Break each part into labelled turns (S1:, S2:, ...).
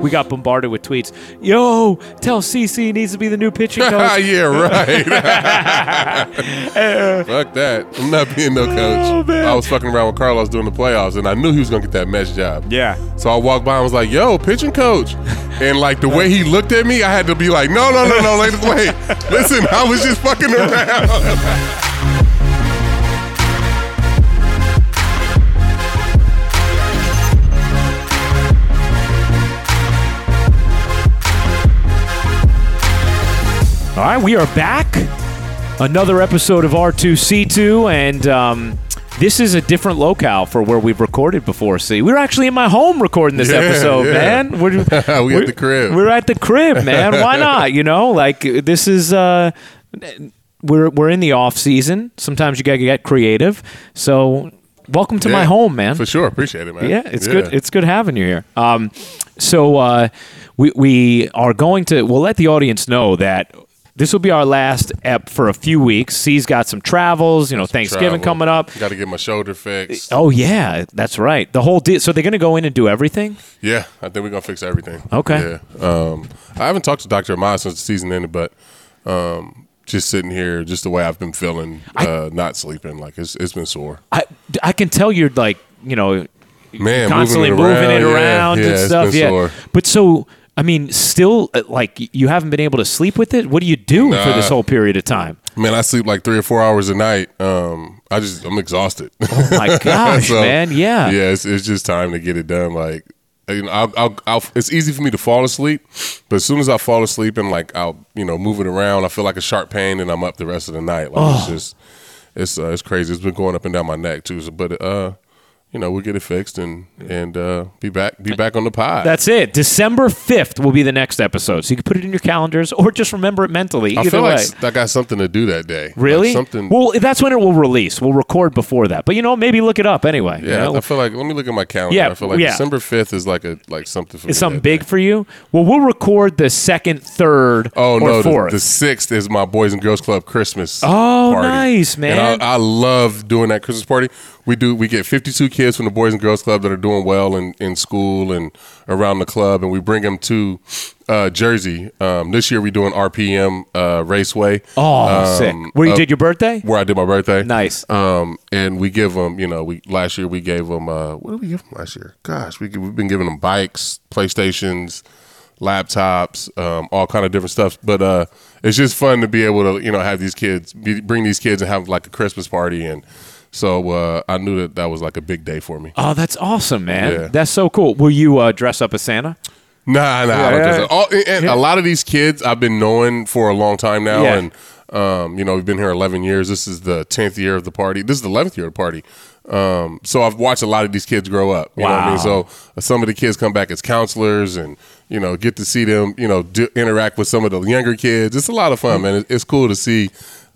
S1: We got bombarded with tweets. Yo, tell CC he needs to be the new pitching coach.
S2: yeah, right.
S1: Uh,
S2: Fuck that. I'm not being no coach.
S1: Oh, man.
S2: I was fucking around with Carlos during the playoffs, and I knew he was going to get that mesh job.
S1: yeah.
S2: So I walked by and was like, yo, pitching coach. And like the way he looked at me, I had to be like, no, no, no, no, wait, wait. Listen, I was just fucking around.
S1: All right, we are back. Another episode of R2C2, and um, this is a different locale for where we've recorded before. See, we were actually in my home recording this
S2: Yeah,
S1: episode,
S2: yeah.
S1: man. We're,
S2: We at the crib.
S1: We're at the crib, man. Why not? You know, like this is. Uh, we're we're in the off season. Sometimes you gotta get creative. So, welcome to my
S2: Yeah,
S1: home, man.
S2: For sure. Appreciate it, man.
S1: Yeah, it's good. It's good having you here. Um, so uh, we we are going to we'll let the audience know that this will be our last ep for a few weeks. C's got some travels, you know, Thanksgiving coming up.
S2: Got to get my shoulder fixed.
S1: Oh yeah, that's right. The whole deal. So they're going to go in and do everything.
S2: Yeah, I think we're gonna fix everything.
S1: Okay.
S2: Yeah. Um, I haven't talked to Doctor Amaya since the season ended, but um, just sitting here, just the way I've been feeling, uh, not sleeping, like it's it's been sore.
S1: I I can tell you're like you know
S2: Man,
S1: constantly moving, it
S2: yeah,
S1: around
S2: yeah,
S1: and
S2: it's
S1: stuff.
S2: been
S1: Yeah,
S2: sore.
S1: but so. I mean, still, uh, like y- you haven't been able to sleep with it. What are you doing for this whole period of time?
S2: Man, I sleep like three or four hours a night. Um, I just I'm exhausted.
S1: Oh my gosh,
S2: So,
S1: man! Yeah,
S2: yeah. It's, it's just time to get it done. Like, you know, I'll, I'll, I'll, it's easy for me to fall asleep, but as soon as I fall asleep and like I'll, you know, move it around, I feel like a sharp pain, and I'm up the rest of the night. Like it's
S1: Oh.
S2: just, it's uh, it's crazy. It's been going up and down my neck too. So, but uh, you know, we'll get it fixed and and uh, be back be back on the pod.
S1: That's it. December 5th will be the next episode. So you can put it in your calendars or just remember it mentally.
S2: I
S1: Either
S2: feel
S1: way.
S2: like s- I got something to do that day. Like,
S1: really?
S2: something.
S1: Well, that's when it will release. We'll record before that. But you know, maybe look it up anyway. you
S2: yeah,
S1: know?
S2: I feel like let me look at my calendar.
S1: Yeah,
S2: I feel like
S1: yeah.
S2: December fifth is like a like something for
S1: Is
S2: me
S1: something
S2: that day.
S1: big for you? Well, we'll record the second, third,
S2: Oh
S1: or
S2: no! the-
S1: fourth.
S2: The, sixth is my Boys and Girls Club Christmas.
S1: Oh,
S2: party.
S1: nice, man.
S2: And I, I love doing that Christmas party. We do. We get fifty-two kids from the Boys and Girls Club that are doing well in, in school and around the club, and we bring them to uh, Jersey. Um, this year, we're doing RPM uh, Raceway.
S1: oh,
S2: um,
S1: sick. Where you
S2: up-
S1: did your birthday?
S2: Where I did my birthday.
S1: Nice.
S2: Um, and we give them, you know, we last year we gave them. Uh, what did we give them last year? Gosh, we, gi- we've been giving them bikes, playstations, laptops, um, all kind of different stuff. But uh, it's just fun to be able to, you know, have these kids be, bring these kids and have like a Christmas party. And so uh, I knew that that was like a big day for me.
S1: Oh, that's awesome, man.
S2: Yeah.
S1: That's so cool. Will you uh, dress up as Santa?
S2: Nah, nah. I don't
S1: Yeah.
S2: think so. All, and- and a lot of these kids I've been knowing for a long time now,
S1: Yeah.
S2: and um, you know we've been here 11 years. This is the 10th year of the party. This is the 11th year of the party. Um, so I've watched a lot of these kids grow up. You know what I mean?
S1: Wow.
S2: So uh, some of the kids come back as counselors, and you know get to see them. You know do, interact with some of the younger kids. It's a lot of fun, man. It, it's cool to see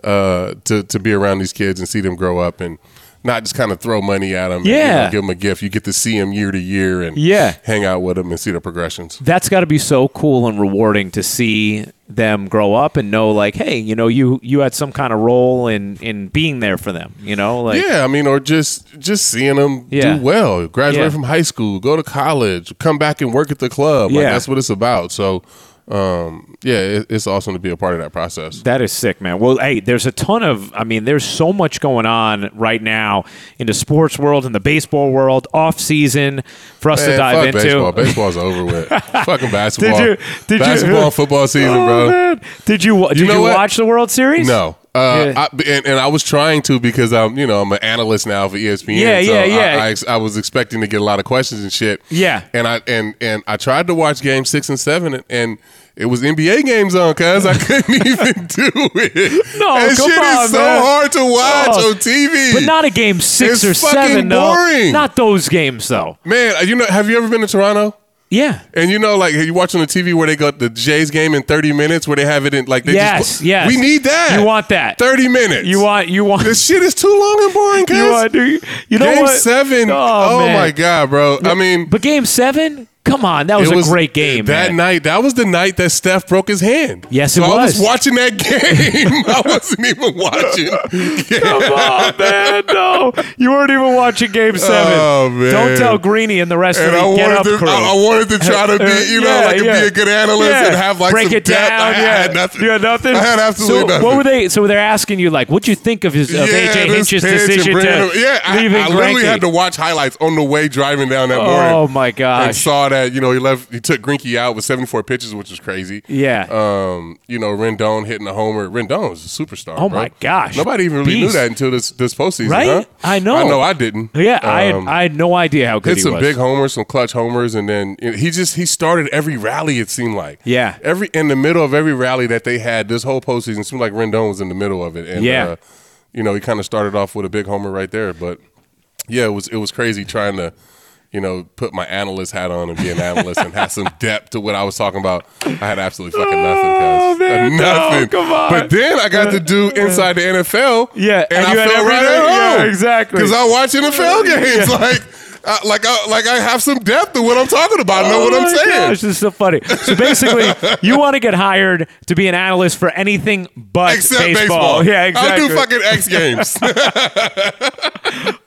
S2: uh, to to be around these kids and see them grow up and. Not just kind of throw money at them. and, you know,
S1: Yeah.
S2: give them a gift. You get to see them year to year and
S1: Yeah.
S2: hang out with them and see their progressions.
S1: that's got to be so cool and rewarding to see them grow up and know like hey you know you you had some kind of role in in being there for them you know like
S2: yeah, I mean, or just just seeing them
S1: Yeah.
S2: do well, graduate
S1: Yeah.
S2: from high school, go to college, come back and work at the club. Like,
S1: Yeah.
S2: that's what it's about. So, um, yeah, it, it's awesome to be a part of that process.
S1: That is sick, man. Well, hey, there's a ton of, I mean, there's so much going on right now in the sports world, in the baseball world, off season for us to
S2: Man,
S1: dive
S2: fuck
S1: into.
S2: baseball. Baseball's over with. Fucking basketball.
S1: Did you? Did
S2: basketball
S1: you?
S2: and football season,
S1: Oh,
S2: bro?
S1: man. Did you? Did you,
S2: know what?
S1: watch the World Series?
S2: No, Uh,
S1: Yeah.
S2: I, and, and I was trying to because I'm, you know, I'm an analyst now for E ESPN.
S1: Yeah,
S2: so
S1: yeah,
S2: I-
S1: yeah.
S2: I, ex- I was expecting to get a lot of questions and shit.
S1: Yeah.
S2: And I and and I tried to watch Game Six and Seven, and, and it was NBA games on, cause I couldn't even do it.
S1: No,
S2: that
S1: come
S2: shit
S1: on,
S2: is so
S1: man.
S2: hard to watch
S1: Oh,
S2: on TV.
S1: But not a game six
S2: It's
S1: or seven,
S2: fucking
S1: though.
S2: boring.
S1: Not those games, though.
S2: man. You know, have you ever been to Toronto?
S1: Yeah.
S2: And you know, like you watch on the TV where they got the Jays game in thirty minutes, where they have it in like they
S1: yes.
S2: just,
S1: yes.
S2: we need that.
S1: You want that?
S2: thirty minutes?
S1: You want? You want?
S2: this shit is too long and boring,
S1: you
S2: guys.
S1: want? Do you, you know
S2: Game
S1: what?
S2: seven.
S1: Oh,
S2: Oh,
S1: man.
S2: my god, bro. I mean,
S1: But game seven? Come on, that was a great game.
S2: That
S1: man.
S2: night, that was the night that Steph broke his hand.
S1: Yes,
S2: so
S1: it
S2: I
S1: was.
S2: was watching that game. I wasn't even watching.
S1: Come on, Oh, man. No. You weren't even watching game seven.
S2: Oh, man.
S1: Don't tell Greeny and the rest
S2: And I
S1: of the get up
S2: wanted, to,
S1: crew. Uh,
S2: I, I wanted to try to be, you know,
S1: Yeah,
S2: like to
S1: yeah.
S2: be a good analyst
S1: Yeah.
S2: and have like
S1: break
S2: some
S1: it
S2: depth.
S1: down.
S2: I, I
S1: yeah.
S2: had nothing.
S1: You had nothing.
S2: I had absolutely
S1: so
S2: nothing.
S1: What were they? So they're asking you like, what you think of his of AJ
S2: this
S1: Hinch's
S2: pitch and
S1: decision
S2: bringing
S1: to
S2: him- yeah, I,
S1: leaving
S2: I literally
S1: Greinke?
S2: had to watch highlights on the way driving down that morning.
S1: Oh my
S2: and
S1: gosh.
S2: saw that you know he left he took Grinky out with 74 pitches which was crazy
S1: Yeah.
S2: um you know Rendon hitting a homer Rendon was a superstar
S1: Oh,
S2: bro.
S1: my gosh.
S2: nobody even really knew
S1: Beast.
S2: that until this this postseason
S1: Right?
S2: huh?
S1: I know.
S2: I know I didn't
S1: yeah, I had,
S2: Um,
S1: I had no idea how good
S2: Hit
S1: he
S2: some
S1: was.
S2: big homers, some clutch homers, and then you know, he just he started every rally. It seemed like
S1: Yeah.
S2: every in the middle of every rally that they had this whole postseason it seemed like Rendon was in the middle of it. And,
S1: Yeah.
S2: uh, you know he kind of started off with a big homer right there, but yeah, it was it was crazy trying to you know put my analyst hat on and be an analyst and have some depth to what I was talking about. I had absolutely fucking nothing,
S1: Oh,
S2: cuz.
S1: man, no,
S2: nothing.
S1: come on.
S2: But then I got to do inside the NFL,
S1: Yeah,
S2: and,
S1: and
S2: I
S1: you had
S2: felt
S1: every-
S2: right at
S1: yeah,
S2: home,
S1: exactly.
S2: because I watch NFL games like. I, like I like I have some depth to what I'm talking about. I know what
S1: Oh my
S2: I'm saying.
S1: Gosh, this is so funny. So basically, you want to get hired to be an analyst for anything but
S2: Except
S1: baseball.
S2: baseball.
S1: Yeah, exactly.
S2: I do fucking X games.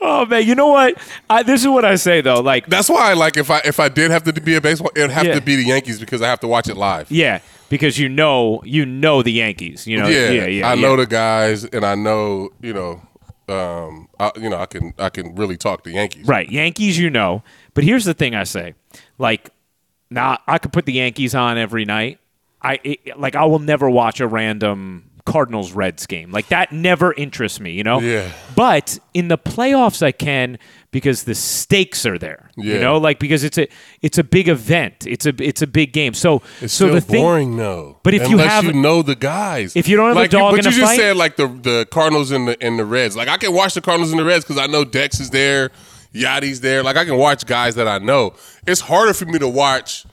S1: oh man, you know what? I, this is what I say though. Like,
S2: That's why like if I if I did have to be a baseball, it'd have
S1: Yeah.
S2: to be the Yankees because I have to watch it live.
S1: yeah, because you know, you know the Yankees. You know,
S2: yeah,
S1: yeah, yeah. yeah
S2: I know the guys, and I know you know, um, I, you know, I can I can really talk to Yankees.
S1: Right. Yankees, you know. But here's the thing I say. Like, now I could put the Yankees on every night. I it, like I will never watch a random Cardinals Reds game. Like that never interests me, you know?
S2: Yeah.
S1: But in the playoffs I can because the stakes are there. You
S2: Yeah.
S1: know, like because it's a it's a big event. It's a it's a big game. So
S2: It's
S1: so
S2: still
S1: the thing
S2: boring though.
S1: But if you
S2: Unless
S1: have-
S2: you know the guys,
S1: If you don't have a
S2: like
S1: dog
S2: but
S1: in
S2: you
S1: a
S2: just
S1: fight-
S2: said like the the Cardinals and the and the Reds. Like I can watch the Cardinals and the Reds because I know Dex is there, Yachty's there. Like I can watch guys that I know. It's harder for me to watch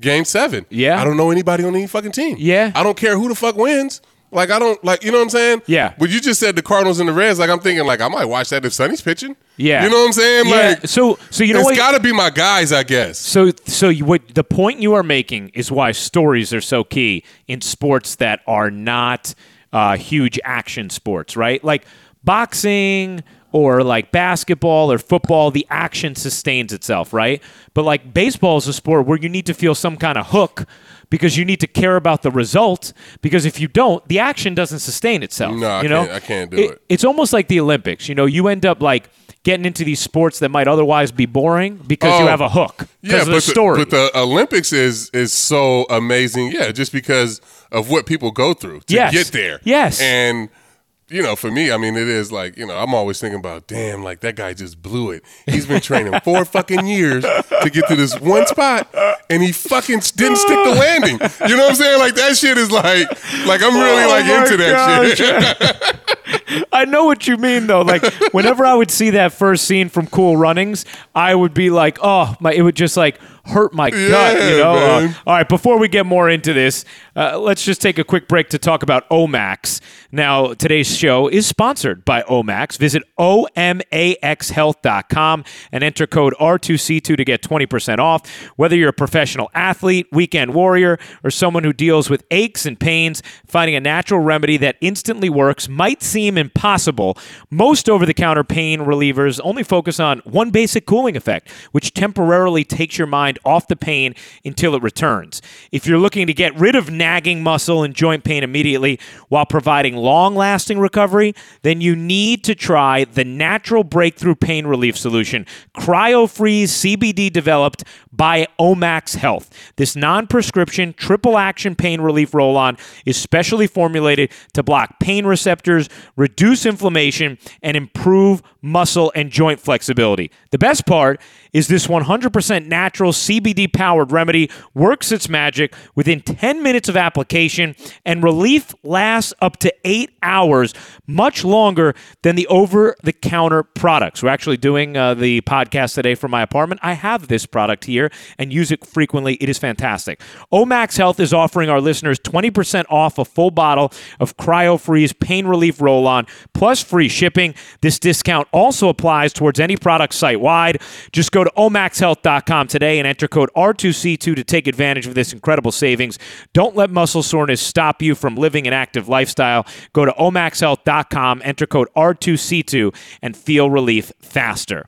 S2: Game Seven.
S1: Yeah.
S2: I don't know anybody on any fucking team.
S1: Yeah.
S2: I don't care who the fuck wins. Like I don't like you know what I'm saying.
S1: Yeah.
S2: But you just said the Cardinals and the Reds. Like I'm thinking like I might watch that if Sonny's pitching.
S1: Yeah.
S2: You know what I'm saying?
S1: Yeah.
S2: Like
S1: so so you know
S2: it's
S1: what
S2: got to be my guys, I guess.
S1: So, so you, what the point you are making is why stories are so key in sports that are not uh, huge action sports, right? Like boxing or like basketball or football, the action sustains itself, right? But like baseball is a sport where you need to feel some kind of hook because you need to care about the result because if you don't, the action doesn't sustain itself.
S2: No, I
S1: you know?
S2: can't- I can't do it.
S1: It's almost like the Olympics. You know, you end up like getting into these sports that might otherwise be boring because you
S2: Oh.
S1: have a hook because of the story.
S2: The, but the Olympics is is so amazing. Yeah, just because of what people go through to
S1: Yes.
S2: get there.
S1: Yes.
S2: and. You know, for me, I mean, it is like, you know, I'm always thinking about, damn, like that guy just blew it. He's been training four fucking years to get to this one spot and he fucking didn't stick the landing. You know what I'm saying? Like that shit is like, like I'm really
S1: Oh
S2: like
S1: my
S2: into that shit.
S1: gosh. I know what you mean though. Like whenever I would see that first scene from Cool Runnings, I would be like, oh my! It would just like hurt my gut. You
S2: Yeah,
S1: know. Uh,
S2: man.
S1: all right. Before we get more into this, uh, let's just take a quick break to talk about Omax. Now today's show is sponsored by Omax. Visit omaxhealth.com and enter code R2C2 to get 20% off. Whether you're a professional athlete, weekend warrior, or someone who deals with aches and pains, finding a natural remedy that instantly works might seem impossible. Most over the counter pain relievers only focus on one basic cooling effect, which temporarily takes your mind mind off the pain until it returns. If you're looking to get rid of nagging muscle and joint pain immediately while providing long lasting recovery, then you need to try the natural breakthrough pain relief solution, CryoFreeze CBD developed by Omax Health. This non prescription triple action pain relief roll on is specially formulated to block pain receptors, reduce inflammation, and improve muscle and joint flexibility. The best part is this 100% natural CBD powered remedy works its magic within 10 minutes of application, and relief lasts up to eight hours, much longer than the over the counter products. We're actually doing uh, the podcast today from my apartment. I have this product here and use it frequently. It is fantastic. Omax Health is offering our listeners 20% off a full bottle of CryoFreeze pain relief roll on plus free shipping. This discount also applies towards any product site wide. Just go to omaxhealth.com today and enter code R2C2 to take advantage of this incredible savings. Don't let muscle soreness stop you from living an active lifestyle. Go to omaxhealth.com, enter code R2C2, and feel relief faster.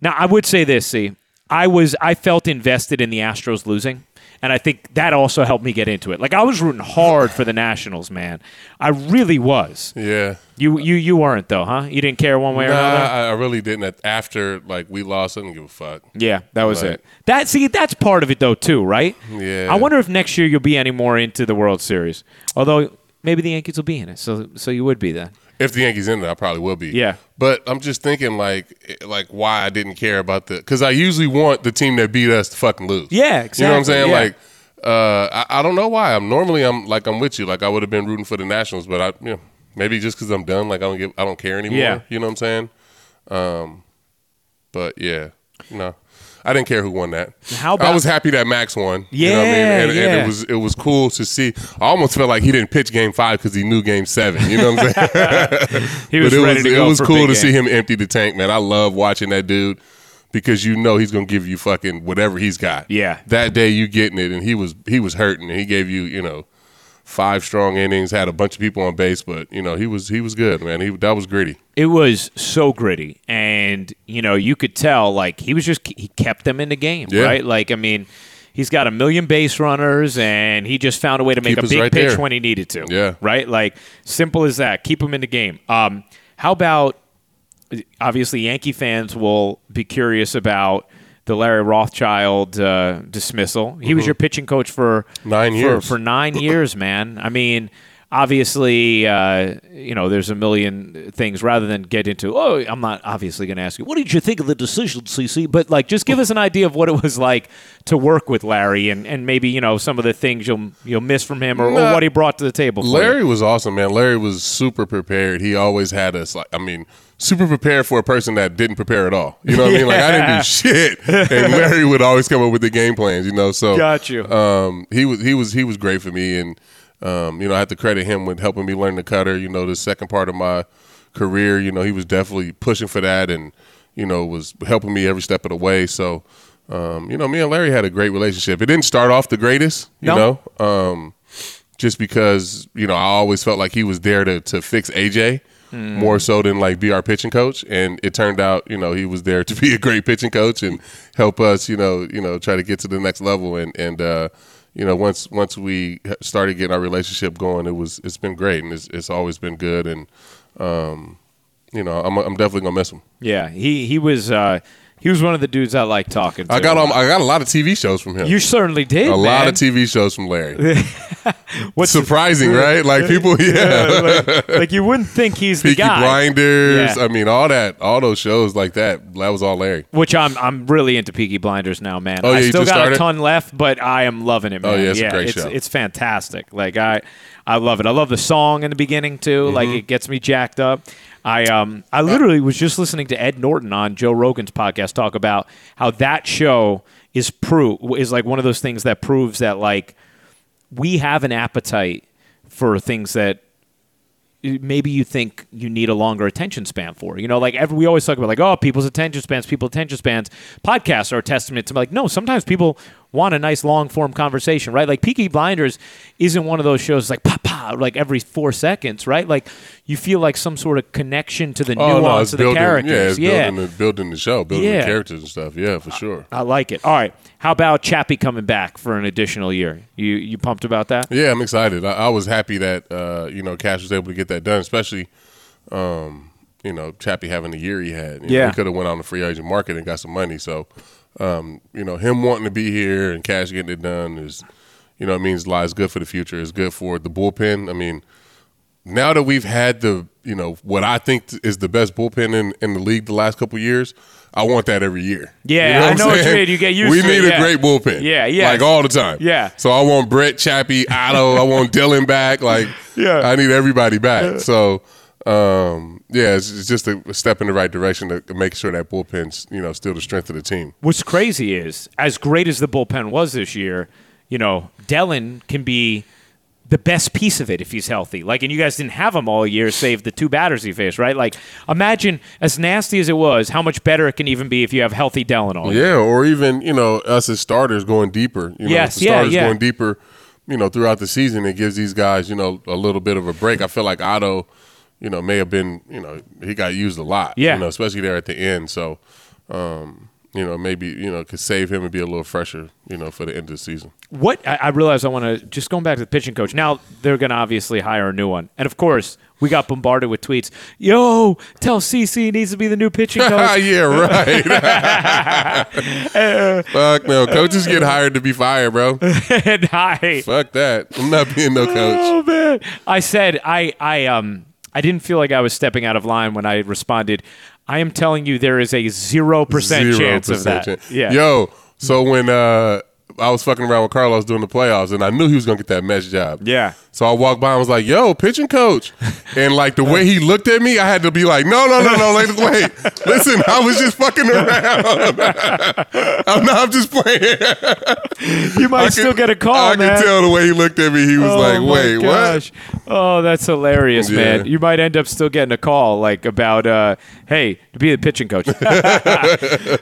S1: Now, I would say this, see, I was I felt invested in the Astros losing. And I think that also helped me get into it. Like I was rooting hard for the Nationals, man. I really was.
S2: Yeah.
S1: You you you weren't though, huh? You didn't care one way or
S2: Nah,
S1: another.
S2: I, I really didn't. After like we lost, I didn't give a fuck.
S1: Yeah, that was
S2: Right.
S1: it. That see, that's part of it though too, right?
S2: Yeah.
S1: I wonder if next year you'll be any more into the World Series. Although maybe the Yankees will be in it, so so you would be then.
S2: If the Yankees in it, I probably will be.
S1: Yeah.
S2: But I'm just thinking like eh, like why I didn't care about the because I usually want the team that beat us to fucking lose.
S1: Yeah,
S2: You know what I'm
S1: exactly,
S2: saying?
S1: yeah.
S2: Like. Uh, I, I don't know why. I'm normally I'm like I'm with you. Like I would have been rooting for the Nationals, but I you know, maybe just because I'm done. Like I don't give I don't care anymore.
S1: Yeah.
S2: You know what I'm saying? Um, but yeah, no, I didn't care who won that.
S1: How about-
S2: I was happy that Max won. you know what I mean?
S1: Yeah,
S2: And, and
S1: yeah.
S2: it was it was cool to see. I almost felt like he didn't pitch Game Five because he knew Game Seven. You know what I'm saying?
S1: He was
S2: but it
S1: ready
S2: was,
S1: to
S2: it
S1: go.
S2: was
S1: for
S2: cool to
S1: big
S2: see
S1: game.
S2: him empty the tank, man. I love watching that dude because you know he's gonna give you fucking whatever he's got.
S1: Yeah.
S2: That day you getting it, and he was he was hurting, and he gave you you know five strong innings, had a bunch of people on base, but you know he was he was good, man. He that was gritty.
S1: It was so gritty, and you know you could tell like he was just he kept them in the game,
S2: Yeah.
S1: right? Like I mean, he's got a million base runners, and he just found a way to make
S2: Keep
S1: a
S2: us
S1: big
S2: right
S1: pitch
S2: there.
S1: when he needed to.
S2: Yeah.
S1: right. Like simple as that. Keep him in the game. Um, how about obviously Yankee fans will be curious about the Larry Rothschild uh, dismissal. He was your pitching coach for
S2: Mm-hmm. Nine
S1: for-
S2: years.
S1: For nine years, man. I mean, obviously, uh, you know, there's a million things. Rather than get into, oh, I'm not obviously going to ask you what did you think of the decision, CC, but like, just give us an idea of what it was like to work with Larry, and, and maybe you know some of the things you'll you'll miss from him or, or
S2: Nah.
S1: what he brought to the table. for you.
S2: Larry was awesome, man. Larry was super prepared. He always had us like I mean, super prepared for a person that didn't prepare at all. You know what I mean? Like I didn't do shit. And Larry would always come up with the game plans, you know. So
S1: Got you.
S2: Um he was he was he was great for me and um, you know, I have to credit him with helping me learn the cutter, you know, the second part of my career, you know, he was definitely pushing for that and, you know, was helping me every step of the way. So um, you know, me and Larry had a great relationship. It didn't start off the greatest, you
S1: No.
S2: know. Um just because you know I always felt like he was there to to fix AJ more so than like be our pitching coach, and it turned out you know he was there to be a great pitching coach and help us you know you know try to get to the next level and and uh, you know once once we started getting our relationship going, it was it's been great and it's it's always been good and um, you know I'm I'm definitely gonna miss him.
S1: yeah, he he was uh, he was one of the dudes I like talking to.
S2: I got all, I got a lot of TV shows from him.
S1: You certainly did.
S2: a lot of
S1: man.
S2: TV shows from Larry.
S1: What's
S2: Surprising, right? Like people, yeah.
S1: like, like you wouldn't think he's the
S2: Peaky
S1: guy.
S2: Blinders.
S1: Yeah.
S2: I mean, all that, all those shows like that. That was all Larry.
S1: Which I'm I'm really into Peaky Blinders now, man.
S2: Oh, yeah,
S1: I
S2: you
S1: still
S2: just
S1: got a
S2: started? Oh,
S1: ton left, but I am loving it, man.
S2: yeah, it's a great
S1: it's,
S2: show.
S1: it's fantastic. Like I I love it. I love the song in the beginning too. Like
S2: Mm-hmm.
S1: it gets me jacked up. I um I literally was just listening to Ed Norton on Joe Rogan's podcast talk about how that show is proof is like one of those things that proves that like we have an appetite for things that maybe you think you need a longer attention span for. You know, like every, we always talk about, like, oh, people's attention spans, people's attention spans. Podcasts are a testament to like, no, sometimes people want a nice long form conversation, right? Like Peaky Blinders isn't one of those shows like pa pa like every four seconds, right? Like you feel like some sort of connection to the
S2: Oh no,
S1: nuance
S2: it's
S1: of the
S2: building.
S1: characters.
S2: Yeah, it's
S1: yeah.
S2: building the building the show, building
S1: Yeah. Uh,
S2: the characters and stuff. Yeah, for sure.
S1: I like it. All right. How about Chappie coming back for an additional year? You you pumped about that?
S2: Yeah, I'm excited. I, I was happy that uh, you know Cash was able to get that done, especially um, you know Chappie having the year he had. You know,
S1: Yeah.
S2: he could have went on the free agent market and got some money. So um, you know him wanting to be here and Cash getting it done is you know it means a lot. It's good for the future. It's good for the bullpen. I mean, now that we've had the you know what I think t- is the best bullpen in, in the league the last couple of years, I want that every year.
S1: Yeah, I know
S2: I'm
S1: what you
S2: saying?
S1: mean. You get used
S2: We
S1: to it,
S2: need a
S1: yeah.
S2: great bullpen.
S1: Yeah, yeah.
S2: like all the time.
S1: Yeah.
S2: So I want Brett Chappie, Otto. I want Dylan back. Like,
S1: Yeah.
S2: I need everybody back. So, um, yeah, it's, it's just a step in the right direction to, to make sure that bullpen's you know still the strength of the team.
S1: What's crazy is, as great as the bullpen was this year, you know, Dellin can be the best piece of it if he's healthy. Like, and you guys didn't have him all year, save the two batters he faced, right? Like, imagine as nasty as it was, how much better it can even be if you have healthy Dellin all year.
S2: Yeah, or even you know us as starters going deeper. You know,
S1: Yes,
S2: if the
S1: yeah,
S2: starters
S1: yeah.
S2: going deeper. You know, throughout the season, it gives these guys you know a little bit of a break. I feel like Otto, you know, may have been you know he got used a lot.
S1: Yeah.
S2: you know, especially there at the end. So, um, you know, maybe you know could save him and be a little fresher. You know, for the end of the season.
S1: What I, I realize I want to just going back to the pitching coach. Now they're going to obviously hire a new one, and of course we got bombarded with tweets. Yo, tell CC he needs to be the new pitching
S2: Ah,
S1: coach.
S2: yeah, right. Fuck no, coaches get hired to be fired, bro.
S1: and I,
S2: Fuck that. I'm not being no coach.
S1: Oh man! I said I I um I didn't feel like I was stepping out of line when I responded. I am telling you, there is a zero percent chance of that.
S2: chance.
S1: Yeah.
S2: Yo, so when uh, I was fucking around with Carlos during the playoffs, and I knew he was gonna get that mesh job.
S1: Yeah.
S2: So I walked by and was like, "Yo, pitching coach," and like the way he looked at me, I had to be like, "No, no, no, no, wait, wait, listen, I was just fucking around. I'm not. I'm just playing."
S1: you might
S2: I
S1: still
S2: could-
S1: get a call,
S2: I
S1: man.
S2: could tell the way he looked at me. He was
S1: Oh,
S2: like,
S1: my
S2: "Wait, what?"
S1: gosh. Oh, that's hilarious, man.
S2: Yeah.
S1: You might end up still getting a call like about uh, hey, to be the pitching coach.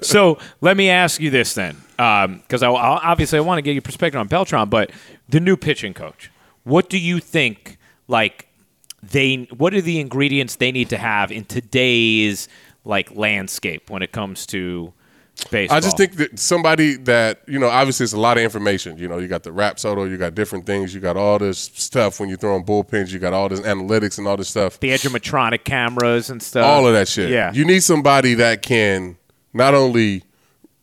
S1: so let me ask you this then, because I, I- obviously I want to get your perspective on Beltron, but the new pitching coach. What do you think? Like they, what are the ingredients they need to have in today's like landscape when it comes to baseball?
S2: I just think that somebody that you know, obviously, it's a lot of information. You know, you got the rap soto, you got different things, you got all this stuff when you throw in bullpens, you got all this analytics and all this stuff,
S1: the edge-of-matronic cameras and stuff.
S2: all of that shit.
S1: Yeah.
S2: you need somebody that can not only,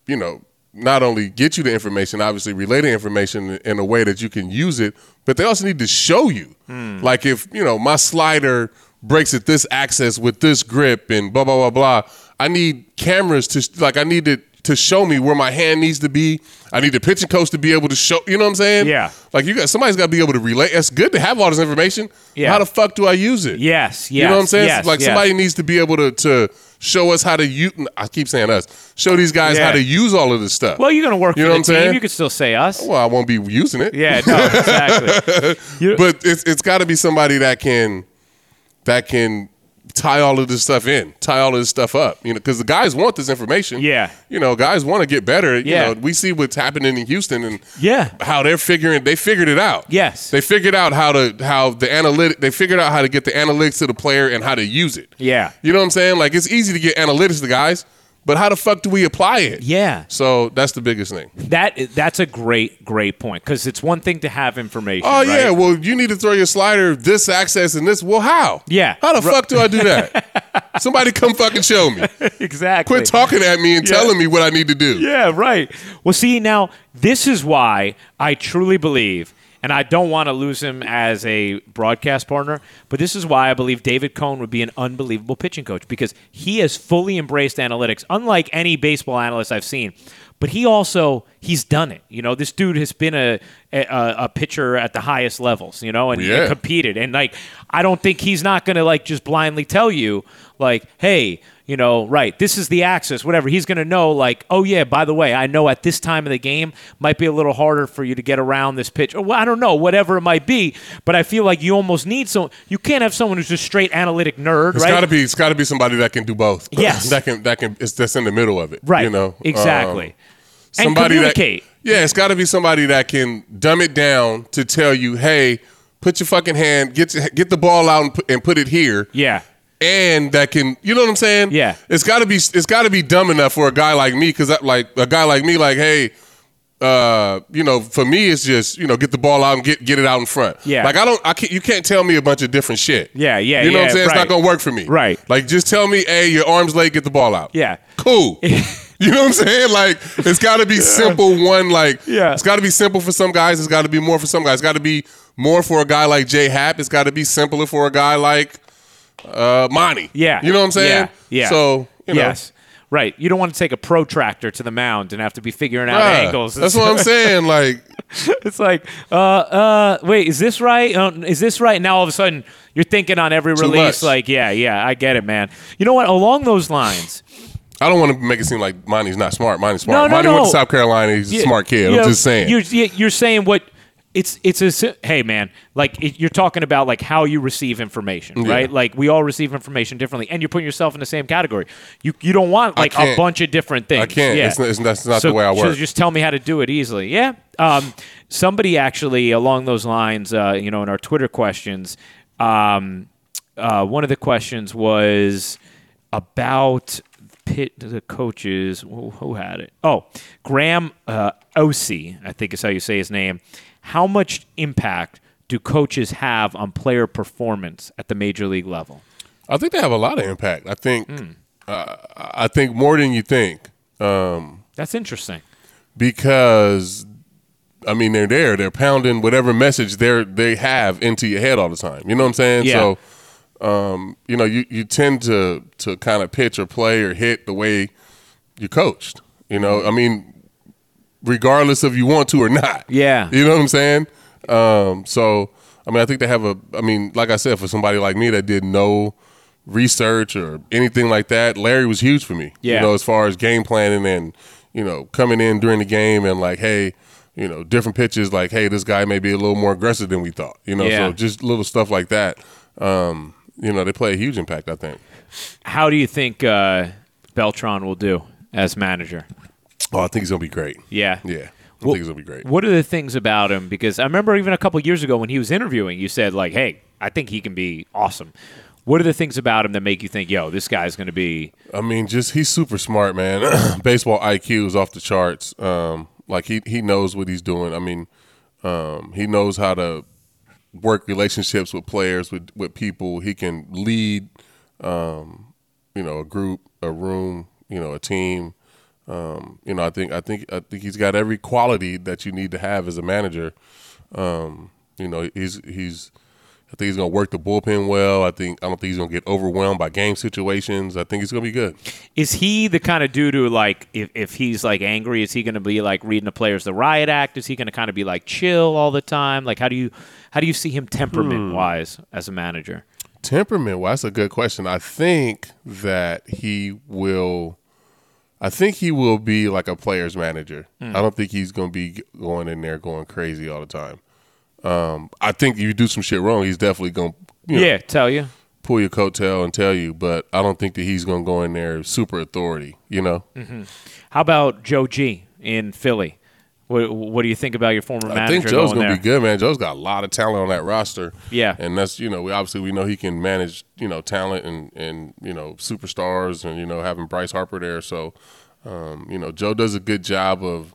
S2: you know, not only get you the information, obviously, relay the information in a way that you can use it, but they also need to show you.
S1: Hmm.
S2: Like if you know my slider breaks at this axis with this grip and blah blah blah blah, I need cameras to like I need it to show me where my hand needs to be. I need the pitching coach to be able to show. You know what I'm saying?
S1: Yeah.
S2: Like you got somebody's got to be able to relay. It's good to have all this information.
S1: Yeah.
S2: How the fuck do I use it?
S1: Yes,
S2: You know
S1: yes,
S2: what I'm saying?
S1: yes,
S2: like
S1: yes.
S2: somebody needs to be able to to show us how to use. I keep saying us. Show these guys
S1: Yeah.
S2: how to use all of this stuff.
S1: Well, you're going to work
S2: You
S1: for the
S2: know what I'm saying?
S1: team. You could still say us.
S2: well, I won't be using it.
S1: Yeah, no, exactly.
S2: But it's it's got to be somebody that can that can tie all of this stuff in, tie all of this stuff up. You know, because the guys want this information.
S1: Yeah.
S2: You know, guys want to get better. You
S1: Yeah.
S2: know, we see what's happening in Houston and
S1: Yeah.
S2: how they're figuring. They figured it out.
S1: Yes.
S2: They figured out how to how the analytic. They figured out how to get the analytics to the player and how to use it.
S1: Yeah.
S2: You know what I'm saying? Like it's easy to get analytics to guys, but how the fuck do we apply it?
S1: Yeah.
S2: So that's the biggest thing.
S1: That that's a great great point cuz it's one thing to have information,
S2: Oh
S1: right?
S2: yeah, well you need to throw your slider this access and this. Well, how?
S1: Yeah.
S2: How the fuck do I do that? Somebody come fucking show me.
S1: exactly.
S2: Quit talking at me and
S1: Yeah.
S2: telling me what I need to do.
S1: Yeah, right. Well, see, now this is why I truly believe, and I don't want to lose him as a broadcast partner, but this is why I believe David Cohn would be an unbelievable pitching coach because he has fully embraced analytics, unlike any baseball analyst I've seen. But he also he's done it. You know, this dude has been a a, a pitcher at the highest levels. You know, and and
S2: Yeah.
S1: competed. And like, I don't think he's not going to like just blindly tell you like, hey, you know, right, this is the axis, whatever. He's going to know like, oh yeah, by the way, I know at this time of the game might be a little harder for you to get around this pitch. Or well, I don't know, whatever it might be. But I feel like you almost need some. You can't have someone who's just straight analytic nerd,
S2: It's
S1: right?
S2: gotta be it's gotta be somebody that can do both.
S1: Yes.
S2: that can that can it's that's in the middle of it.
S1: Right.
S2: You know. Um,
S1: Exactly.
S2: somebody
S1: communicate.
S2: that yeah, it's got to be somebody that can dumb it down to tell you, hey, put your fucking hand, get your, get the ball out and put, and put it here.
S1: Yeah.
S2: and that can you know what I'm saying?
S1: Yeah.
S2: it's got to be it's got to be dumb enough for a guy like me because like a guy like me, like hey. Uh, you know, for me, it's just you know, get the ball out and get get it out in front.
S1: Yeah.
S2: like I don't, I can't, you can't tell me a bunch of different shit.
S1: Yeah, yeah,
S2: You know
S1: yeah,
S2: what I'm saying? It's
S1: right.
S2: not gonna work for me.
S1: Right.
S2: Like, just tell me, hey, your arms late, get the ball out.
S1: Yeah.
S2: cool. you know what I'm saying? Like, it's got to be simple. One, like,
S1: Yeah.
S2: it's got to be simple for some guys. It's got to be more for some guys. It's got to be more for a guy like Jay Happ. It's got to be simpler for a guy like uh Monty.
S1: Yeah.
S2: you know what I'm saying?
S1: Yeah. yeah.
S2: So you know,
S1: yes, right. You don't want to take a protractor to the mound and have to be figuring out
S2: yeah,
S1: angles.
S2: That's what I'm saying. Like,
S1: it's like, uh, uh, wait, is this right? Uh, is this right? Now all of a sudden you're thinking on every release.
S2: much.
S1: Like, yeah, yeah, I get it, man. You know what? Along those lines,
S2: I don't want to make it seem like Monty's not smart. Monty's smart.
S1: No, no,
S2: Monty went
S1: no.
S2: to South Carolina. He's a
S1: Yeah,
S2: smart kid.
S1: you know,
S2: I'm just saying.
S1: You're, yeah, you're saying what? It's it's a si- hey man, like it, you're talking about like how you receive information, right? Like we all receive information differently, and you're putting yourself in the same category. You you don't want like a
S2: can't.
S1: bunch of different things.
S2: I can't.
S1: Yeah.
S2: It's not, it's, that's not
S1: so,
S2: the way I
S1: so
S2: work.
S1: just tell me how to do it easily. Yeah. Um, somebody actually along those lines, uh, you know, in our Twitter questions, um, uh, one of the questions was about pit the coaches. Who, who had it? Oh, Graham uh, Osi, I think is how you say his name. How much impact do coaches have on player performance at the major league level?
S2: I think they have a lot of impact. I think.
S1: Hmm.
S2: Uh, I think more than you think.
S1: That's interesting.
S2: because I mean they're there. They're pounding whatever message they they have into your head all the time. You know what I'm saying?
S1: Yeah.
S2: So um, you know, you, you tend to to kind of pitch or play or hit the way you coached. You know, I mean, regardless of you want to or not.
S1: Yeah.
S2: You know what I'm saying? Um, so I mean I think they have a I mean, like I said, for somebody like me that did no research or anything like that, Larry was huge for me.
S1: Yeah.
S2: You know, as far as game planning and you know coming in during the game and like hey you know different pitches like hey this guy may be a little more aggressive than we thought you know
S1: Yeah.
S2: so just little stuff like that um you know they play a huge impact i think
S1: How do you think uh, Beltron will do as manager?
S2: oh i think he's gonna be great
S1: Yeah.
S2: yeah i
S1: Well-
S2: think he's gonna be great
S1: What are the things about him? Because I remember even a couple years ago when he was interviewing, you said like, "Hey, I think he can be awesome." What are the things about him that make you think, "Yo, this guy's going to be"?
S2: I mean, just he's super smart, man. Baseball IQ is off the charts. Um, like he he knows what he's doing. I mean, um, he knows how to work relationships with players, with with people. He can lead, um, you know, a group, a room, you know, a team. Um, you know, I think I think I think he's got every quality that you need to have as a manager. Um, you know, he's he's I think he's gonna work the bullpen well. I think I don't think he's gonna get overwhelmed by game situations. I think he's gonna be good.
S1: Is he the kind of dude who like, if, if he's like angry, is he going to be like reading the players the riot act? Is he going to kind of be like chill all the time? Like, how do you how do you see
S2: Hmm.
S1: him temperament wise as a manager?
S2: Temperament. Well, that's a good question. I think that he will. I think he will be like a player's manager. I don't think he's gonna be going in there going crazy all the time. Um, I think you do some shit wrong, he's definitely gonna you know,
S1: yeah tell you.
S2: pull your coattail and tell you. But I don't think that he's gonna go in there super authority. You know.
S1: How about Joe G in Philly? What, what do you think about your former
S2: I
S1: manager
S2: think Joe's
S1: going
S2: gonna
S1: there?
S2: be good, man. Joe's got a lot of talent on that roster.
S1: Yeah.
S2: and that's you know we obviously we know he can manage you know talent and and you know superstars and you know having Bryce Harper there. So um, you know Joe does a good job of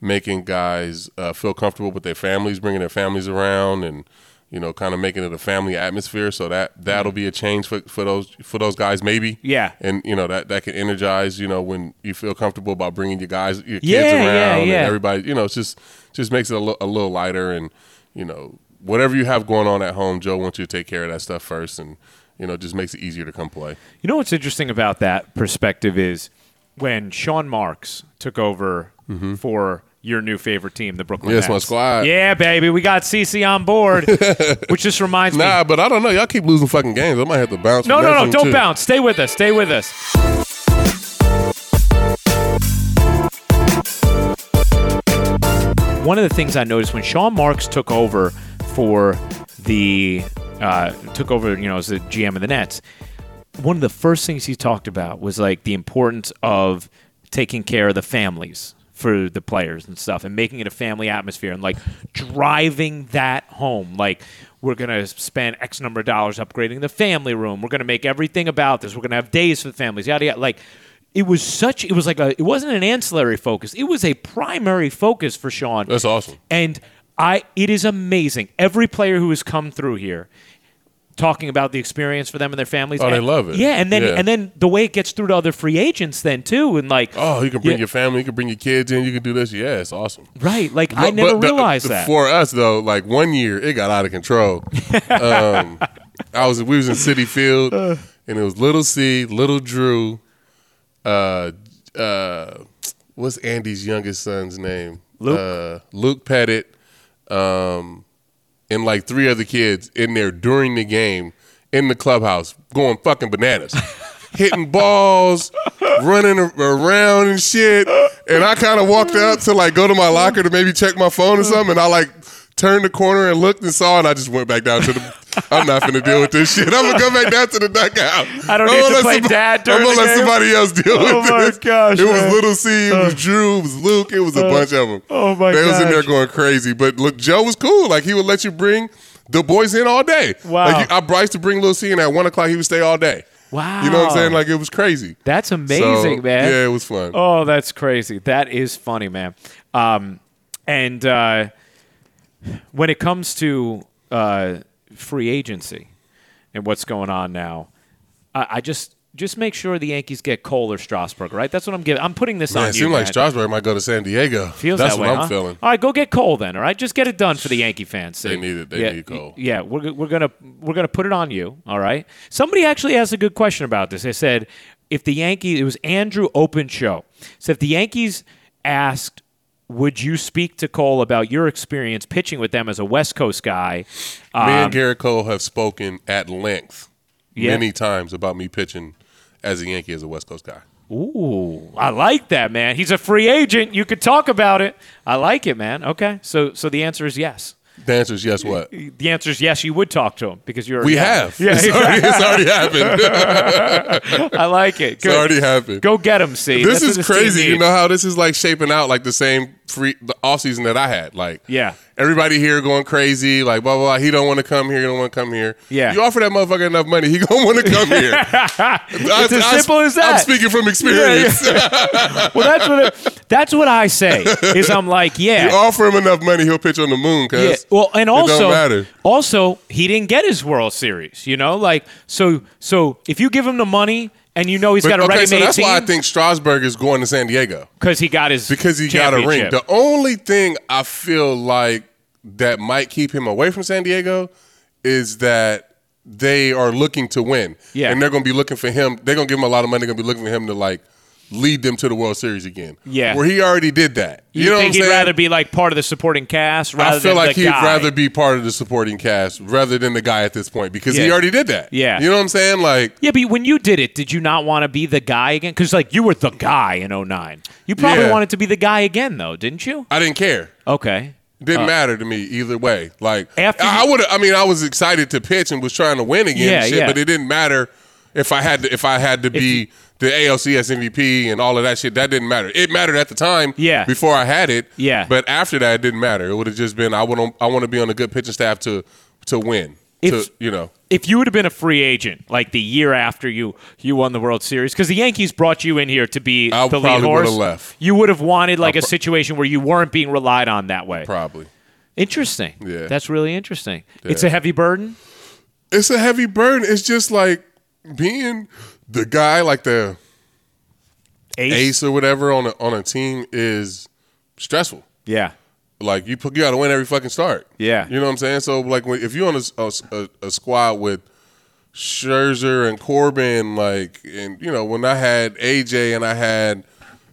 S2: making guys uh, feel comfortable with their families, bringing their families around, and you know kind of making it a family atmosphere. So that that'll be a change for for those for those guys maybe.
S1: Yeah.
S2: and you know that that can energize you know when you feel comfortable about bringing your guys your kids
S1: Yeah, yeah,
S2: around and
S1: yeah.
S2: everybody everybody you know it's just just makes it a, li- a little lighter and you know whatever you have going on at home joe wants you to take care of that stuff first and you know just makes it easier to come play
S1: You know what's interesting about that perspective is when Sean Marks took over for your new favorite team, the Brooklyn
S2: Mm-hmm. Yes, my
S1: Nets.
S2: squad.
S1: Yeah, baby, we got CC on board, which just reminds me.
S2: nah but i don't know y'all keep losing fucking games i might have to bounce
S1: No,
S2: from
S1: no,
S2: that
S1: no,
S2: one,
S1: don't
S2: too.
S1: bounce. Stay with us. Stay with us. One of the things I noticed when Sean Marks took over for the uh, took over, you know, as the GM of the Nets, one of the first things he talked about was like the importance of taking care of the families for the players and stuff and making it a family atmosphere and like driving that home like we're going to spend x number of dollars upgrading the family room we're going to make everything about this we're going to have days for the families yada yada like it was such it was like a it wasn't an ancillary focus it was a primary focus for sean
S2: That's awesome.
S1: and I, it is amazing. Every player who has come through here, talking about the experience for them and their families.
S2: Oh, they
S1: and-
S2: love it.
S1: Yeah, and then
S2: Yeah.
S1: and then the way it gets through to other free agents, then too, and like,
S2: Oh, you can bring
S1: Yeah.
S2: your family, you can bring your kids in, you can do this. Yeah, it's awesome.
S1: right? Like I
S2: But-
S1: never
S2: but the-
S1: realized
S2: the-
S1: that.
S2: For us though, like one year it got out of control. um, I was we was in City Field,
S1: Uh.
S2: and it was Little C, Little Drew, uh, uh, what's Andy's youngest son's name?
S1: Luke?
S2: Uh, Luke Pettit, um, and like three other kids in there during the game in the clubhouse going fucking bananas. Hitting balls, running a- around and shit. And I kind of walked out to like go to my locker to maybe check my phone or something. And I like turned the corner and looked and saw, and I just went back down to the. I'm not finna deal with this shit. I'm gonna go back down to the dugout.
S1: I don't
S2: I'm
S1: need
S2: gonna
S1: to
S2: let
S1: play dad during
S2: I'm gonna
S1: the
S2: let
S1: game.
S2: somebody else deal
S1: Oh
S2: with
S1: my
S2: this.
S1: gosh,
S2: It
S1: man.
S2: was Little C, it was Drew, it was Luke, it was a bunch of them.
S1: Uh, oh my
S2: They was in there
S1: gosh.
S2: going crazy. But look, Joe was cool. Like he would let you bring the boys in all day.
S1: Wow.
S2: Like you- I Bryce to bring Little C in at one o'clock. He would stay all day.
S1: wow,
S2: You know what I'm saying? Like it was crazy.
S1: that's amazing,
S2: So,
S1: man.
S2: Yeah, it was fun.
S1: Oh, that's crazy. That is funny, man. Um, and uh, when it comes to uh, free agency and what's going on now, I, I just just make sure the Yankees get Cole or Strasburg, right? That's what I'm giving. I'm putting this
S2: Man,
S1: on
S2: it
S1: you.
S2: seemed like
S1: man.
S2: Strasburg might go to San Diego.
S1: Feels
S2: That's
S1: that
S2: what
S1: way,
S2: I'm
S1: huh?
S2: feeling.
S1: All right, go get Cole then. All right, just get it done for the Yankee fans. Sid.
S2: They need it. They
S1: yeah,
S2: need Cole.
S1: y- Yeah, we're, g- we're gonna we're gonna put it on you. All right. Somebody actually asked a good question about this. They said if the Yankees, it was Andrew Open Show. So if the Yankees asked, would you speak to Cole about your experience pitching with them as a West Coast guy? Ah.
S2: Me and Garrett Cole have spoken at length
S1: Yeah.
S2: many times about me pitching as a Yankee as a West Coast guy.
S1: Ooh, I like that, man. He's a free agent. You could talk about it. I like it, man. Okay. So so the answer is yes.
S2: The answer is yes. What
S1: The answer is yes. You would talk to him because you're.
S2: we have,
S1: Yeah,
S2: it's, already, it's already happened.
S1: I like it.
S2: it's
S1: Good.
S2: already happened.
S1: Go get him, see.
S2: this
S1: That's what
S2: is
S1: team
S2: crazy. You
S1: needs.
S2: know how this is like shaping out like the same free the off season that I had. Like
S1: Yeah.
S2: everybody here going crazy. Like blah blah. blah. He don't want to come here. He don't want to come here.
S1: Yeah.
S2: you offer that motherfucker enough money, he gonna want to come here.
S1: It's as simple as that.
S2: I'm speaking from experience.
S1: Well, that's what it, that's what I say. Is I'm like, yeah,
S2: you offer him enough money, he'll pitch on the moon.
S1: yeah.
S2: Cause
S1: Well, and
S2: it don't
S1: also,
S2: matter.
S1: also he didn't get his World Series. You know, like so. So if you give him the money and you know he's got a
S2: okay,
S1: ready-made
S2: so that's
S1: team,
S2: why I think Strasburg is going to San Diego.
S1: because he got his
S2: because he got a ring.
S1: championship.
S2: The only thing I feel like that might keep him away from San Diego is that they are looking to win.
S1: Yeah.
S2: And they're going to be looking for him. They're going to give him a lot of money. They're going to be looking for him to like lead them to the World Series again.
S1: Yeah.
S2: Where he already did that. You,
S1: You,
S2: know
S1: think
S2: what I'm
S1: he'd
S2: saying?
S1: rather be like part of the supporting cast rather
S2: I feel
S1: than
S2: like
S1: the
S2: he'd
S1: guy?
S2: rather be part of the supporting cast rather than the guy at this point because he
S1: Yeah.
S2: already did that.
S1: Yeah.
S2: You know what I'm saying? Like,
S1: Yeah, but when you did it, did you not want to be the guy again? Because like you were the guy in 09. You probably
S2: Yeah.
S1: wanted to be the guy again, though, didn't you?
S2: I didn't care.
S1: Okay.
S2: Didn't matter to me either way. Like
S1: Uh, After
S2: I,
S1: you-
S2: would, I mean, I was excited to pitch and was trying to win again,
S1: Yeah,
S2: and shit,
S1: yeah.
S2: but it didn't matter if I had to, if I had to be the ALCS MVP and all of that shit. That didn't matter. It mattered at the time,
S1: Yeah.
S2: Before I had it,
S1: Yeah.
S2: But after that, it didn't matter. It would have just been I want I want to be on a good pitching staff to to win.
S1: If-
S2: to you know,
S1: If you would have been a free agent, like the year after you you won the World Series, because the Yankees brought you in here to be
S2: I
S1: the lead
S2: probably
S1: horse,
S2: would've left.
S1: you would have wanted like a situation where you weren't being relied on that way.
S2: probably.
S1: Interesting.
S2: Yeah.
S1: that's really interesting. It's
S2: Yeah.
S1: a heavy burden.
S2: it's a heavy burden. It's just like being the guy, like the
S1: Ace?
S2: ace or whatever on a, on a team is stressful.
S1: Yeah,
S2: Like you, put, you got to win every fucking start.
S1: Yeah.
S2: you know what I'm saying. So like, when, if you're on a, a- a squad with Scherzer and Corbin, like, and you know, when I had AJ and I had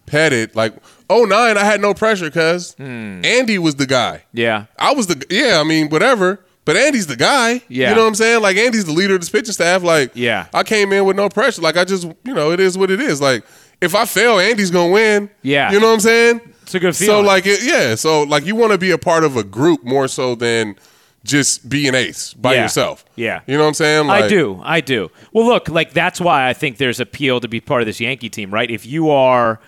S2: Pettit, like, oh nine, I had no pressure because Andy was the guy.
S1: yeah,
S2: I was the yeah. I mean, whatever. But Andy's the guy.
S1: Yeah.
S2: You know what I'm saying? Like Andy's the leader of this pitching staff. Like
S1: Yeah.
S2: I came in with no pressure. Like I just you know it is what it is. Like if I fail, Andy's gonna win.
S1: Yeah.
S2: You know what I'm saying?
S1: It's a good
S2: So
S1: feeling.
S2: like it, yeah. So like you want to be a part of a group more so than just be an ace by
S1: Yeah.
S2: yourself.
S1: Yeah.
S2: You know what I'm saying?
S1: I
S2: Like,
S1: do. I do. Well, look, like that's why I think there's appeal to be part of this Yankee team, right? If you are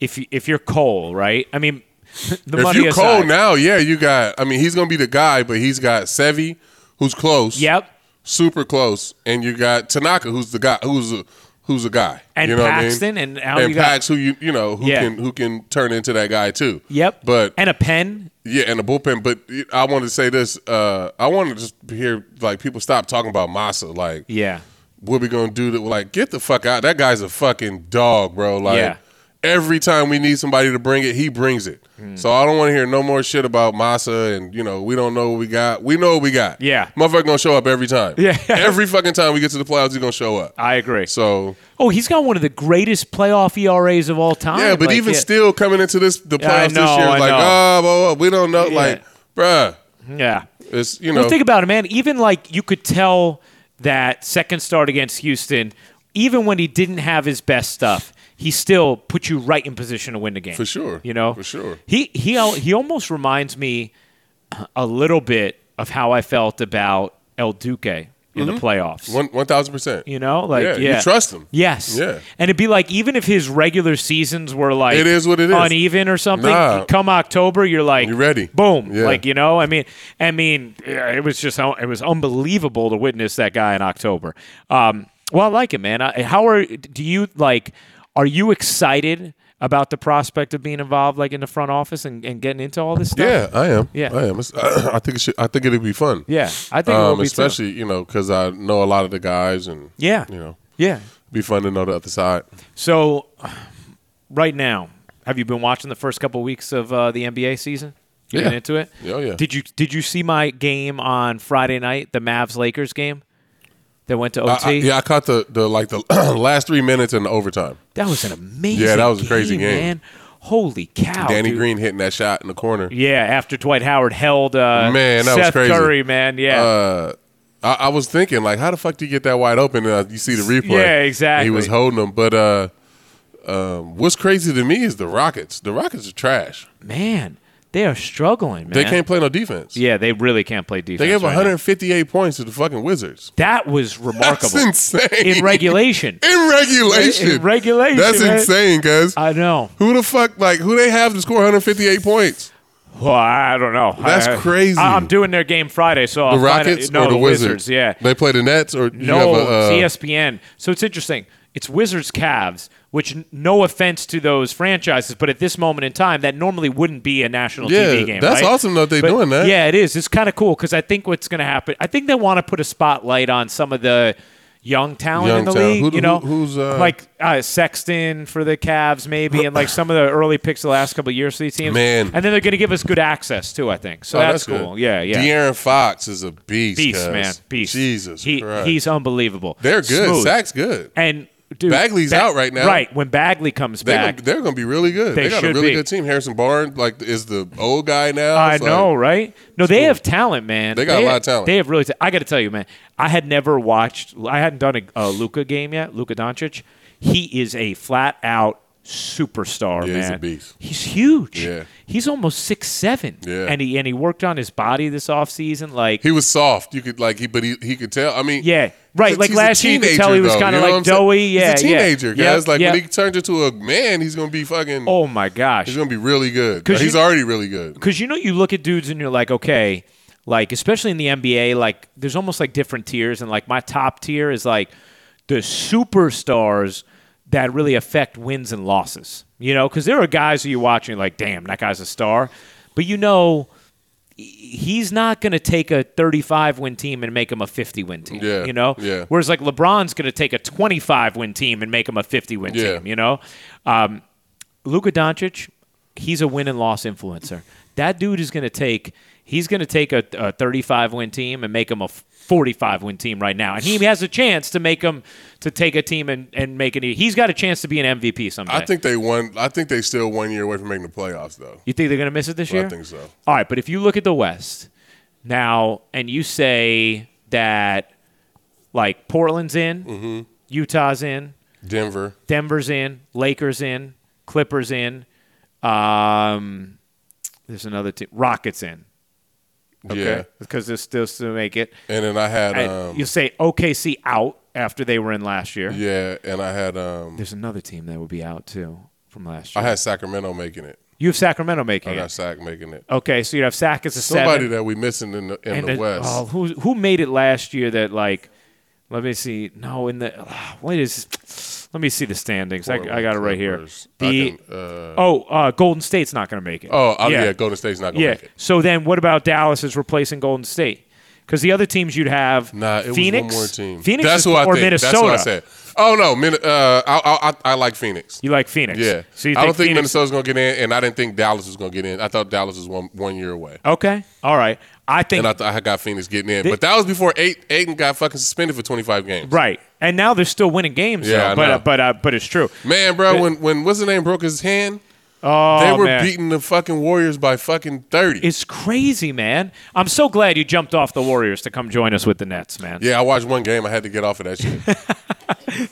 S1: if you, if you're Cole, right? I mean, the
S2: if
S1: money
S2: you
S1: aside.
S2: cold now, yeah, you got. I mean, he's gonna be the guy, but he's got Sevi, who's close.
S1: Yep.
S2: super close, and you got Tanaka, who's the guy, who's a, who's a guy,
S1: And
S2: you know
S1: Paxton,
S2: what I mean?
S1: and now you got-
S2: Pax, who you you know who
S1: Yeah.
S2: can who can turn into that guy too.
S1: Yep.
S2: but
S1: and a pen.
S2: yeah, and the bullpen. But I wanted to say this. Uh, I want to just hear like people stop talking about Massa. Like,
S1: Yeah.
S2: what we gonna do? That like get the fuck out. That guy's a fucking dog, bro. Like.
S1: Yeah.
S2: Every time we need somebody to bring it, he brings it.
S1: Hmm.
S2: So I don't want to hear no more shit about Massa and you know we don't know what we got. We know what we got.
S1: Yeah.
S2: motherfucker gonna show up every time.
S1: Yeah.
S2: every fucking time we get to the playoffs, he's gonna show up.
S1: I agree.
S2: So
S1: Oh, he's got one of the greatest playoff ERAs of all time.
S2: yeah, but
S1: Like,
S2: even
S1: yeah.
S2: still coming into this the
S1: Yeah, I
S2: playoffs
S1: know,
S2: this year,
S1: I
S2: like
S1: know.
S2: oh, blah, blah, we don't know,
S1: Yeah.
S2: like bruh,
S1: yeah.
S2: it's you know
S1: Well, think about it, man. Even like you could tell that second start against Houston, even when he didn't have his best stuff, he still put you right in position to win the game.
S2: For sure.
S1: You know,
S2: For sure.
S1: He he al- he almost reminds me a little bit of how I felt about El Duque in the playoffs.
S2: Mm-hmm. one one thousand percent.
S1: you know, like
S2: Yeah, you trust him.
S1: Yes.
S2: Yeah.
S1: And it'd be like even if his regular seasons were like
S2: It is what it is.
S1: uneven or something.
S2: Nah.
S1: Come October, you're like
S2: You're ready.
S1: Boom.
S2: Yeah.
S1: Like you know, I mean, I mean, yeah, it was just uh, it was unbelievable to witness that guy in October. Um, well, I like it, man. I, how are do you like? Are you excited about the prospect of being involved, like in the front office and, and getting into all this stuff?
S2: Yeah, I am.
S1: Yeah.
S2: I am. It's, I think it should, I think it'd be fun.
S1: Yeah, I think it will
S2: um,
S1: be too.
S2: especially you know because I know a lot of the guys and
S1: Yeah.
S2: you know
S1: Yeah.
S2: be fun to know the other side.
S1: So, right now, have you been watching the first couple weeks of uh, the NBA season? You
S2: Yeah.
S1: Getting into it?
S2: Yeah, oh, yeah.
S1: Did you Did you see my game on Friday night, the Mavs Lakers game that went to OT?
S2: I, I, Uh, yeah, I caught the the like the last three minutes in overtime.
S1: That was an amazing.
S2: Yeah, that was a crazy game.
S1: man. Holy cow,
S2: Danny
S1: dude.
S2: Green hitting that shot in the corner.
S1: Yeah, after Dwight Howard held uh,
S2: Man, that was
S1: Seth
S2: crazy.
S1: Curry, man. Yeah,
S2: uh, I, I was thinking like, how the fuck do you get that wide open? And uh, you see the replay.
S1: Yeah,
S2: And
S1: exactly.
S2: he was holding them, but uh, um, what's crazy to me is the Rockets. The Rockets are trash.
S1: man, they are struggling, man.
S2: They can't play no defense.
S1: Yeah, they really can't play defense.
S2: They gave
S1: right now.
S2: 158 points to the fucking Wizards.
S1: That was remarkable.
S2: That's insane.
S1: in regulation.
S2: in regulation.
S1: In regulation,
S2: That's
S1: man.
S2: insane, cuz.
S1: I know.
S2: Who the fuck like who they have to score 158 points?
S1: Well, I don't know.
S2: That's
S1: I-
S2: crazy.
S1: I, am doing their game Friday, so
S2: The
S1: I'll find
S2: Rockets
S1: out- no,
S2: or the,
S1: Wizards? Yeah,
S2: They play the Nets or you
S1: no,
S2: have a, uh,
S1: it's ESPN. So it's interesting. It's Wizards Cavs, which n- no offense to those franchises, but at this moment in time, that normally wouldn't be a national
S2: Yeah,
S1: TV game.
S2: that's
S1: right?
S2: awesome that they're
S1: But
S2: doing that.
S1: Yeah, it is. It's kind of cool because I think what's going to happen. I think they want to put a spotlight on some of the young talent
S2: Young
S1: in the
S2: talent.
S1: league.
S2: Who do-
S1: you know,
S2: who- who's, uh,
S1: like uh, Sexton for the Cavs, maybe, and like some of the early picks the last couple of years for these teams.
S2: Man.
S1: and then they're going to give us good access too. I think so.
S2: Oh,
S1: that's,
S2: good.
S1: cool. Yeah, yeah.
S2: De'Aaron Fox is a beast.
S1: Beast,
S2: cuz.
S1: man, beast.
S2: Jesus
S1: he,
S2: Christ.
S1: he's unbelievable.
S2: They're good.
S1: Smooth.
S2: Sack's good.
S1: And dude,
S2: Bagley's out right now.
S1: Right when Bagley comes
S2: They're
S1: back,
S2: gonna, they're gonna be really good.
S1: They
S2: They, got a
S1: should
S2: really
S1: be.
S2: good team. Harrison Barnes like is the old guy now.
S1: I
S2: It's like-
S1: know, right? No, they have talent, man.
S2: They got a lot of talent.
S1: They have really. ta- I got to tell you, man. I had never watched. I hadn't done a, a Luca game yet. Luka Doncic. He is a flat out superstar,
S2: Yeah,
S1: man.
S2: he's a beast.
S1: He's huge.
S2: Yeah.
S1: He's almost six seven.
S2: Yeah.
S1: And he and he worked on his body this offseason. Like
S2: He was soft. You could like he, but he, he could tell. I mean,
S1: Yeah.
S2: he's
S1: Right.
S2: a-
S1: Like
S2: he's a
S1: last year, you could
S2: teenager,
S1: tell he was
S2: though,
S1: kind
S2: you
S1: of
S2: know what I'm
S1: like
S2: saying?
S1: dough-y. Yeah.
S2: he's a teenager,
S1: yeah.
S2: guys.
S1: Yep,
S2: Like
S1: yep.
S2: when he turns into a man, he's gonna be fucking.
S1: Oh my gosh.
S2: He's gonna be really good.
S1: 'Cause
S2: He's
S1: you-
S2: already really good.
S1: because you know you look at dudes and you're like okay like especially in the nba like there's almost like different tiers and like my top tier is like the superstars that really affect wins and losses you know because there are guys who you're watching like damn that guy's a star but you know he's not going to take a 35 win team and make him a 50 win team.
S2: Yeah,
S1: You know?
S2: yeah.
S1: Whereas like LeBron's going to take a 25 win team and make him a 50 win
S2: Yeah.
S1: team, you know? Um, Luka Doncic, he's a win and loss influencer. That dude is going to take, he's going to take a, a 35 win team and make him a 45 win team right now. And he has a chance to make him, to take a team and, and make it, e, he's got a chance to be an MVP someday.
S2: I think they won. I think they still one year away from making the playoffs, though.
S1: You think they're going to miss it this
S2: Well, I
S1: year?
S2: think so.
S1: All right, but if you look at the West now and you say that like Portland's in,
S2: Mm-hmm.
S1: Utah's in,
S2: Denver.
S1: Denver's in, Lakers in, Clippers in, um, there's another team, Rockets in.
S2: Yeah.
S1: Because they're still to make it.
S2: And then I had
S1: And
S2: um.
S1: you say OKC out after they were in last year.
S2: Yeah, and I had um.
S1: There's another team that would be out too. from last
S2: I
S1: year.
S2: had Sacramento making it.
S1: you have Sacramento making
S2: I got
S1: it.
S2: Sac making it.
S1: Okay, so you have Sac as a
S2: Somebody
S1: Uh, seven.
S2: that we missing in the in the,
S1: it-
S2: West.
S1: Oh, who who made it last year? That like, let me see. No, in the what is? Let me see the standings. I, I got it right here.
S2: Clippers. I
S1: The
S2: can, uh,
S1: oh, uh, Golden State's not going to make it.
S2: oh, oh, yeah. Golden State's not gonna
S1: Yeah.
S2: make it.
S1: So then, what about Dallas is replacing Golden State? Because the other teams you'd have
S2: Nah, it
S1: Phoenix,
S2: was one more team.
S1: Phoenix
S2: That's
S1: is-
S2: who I
S1: or
S2: think.
S1: Minnesota.
S2: That's what I said. Oh no, Min- uh, I, I I like Phoenix.
S1: You like Phoenix?
S2: Yeah.
S1: So you
S2: I don't think
S1: Phoenix,
S2: Minnesota's going to get in, and I didn't think Dallas was going to get in. I thought Dallas was one one year away.
S1: Okay. All right. I think
S2: And I thought I got Phoenix getting in. but that was before eight Aiden got fucking suspended for 25 games.
S1: right. And now they're still winning games.
S2: Yeah,
S1: though,
S2: I
S1: but
S2: know.
S1: uh, but uh, but it's true.
S2: Man, bro, when, when what's his name broke his hand,
S1: Oh
S2: they were
S1: man.
S2: beating the fucking Warriors by fucking 30.
S1: It's crazy, man. I'm so glad you jumped off the Warriors to come join us with the Nets, man.
S2: yeah, I watched one game. I had to get off of that shit.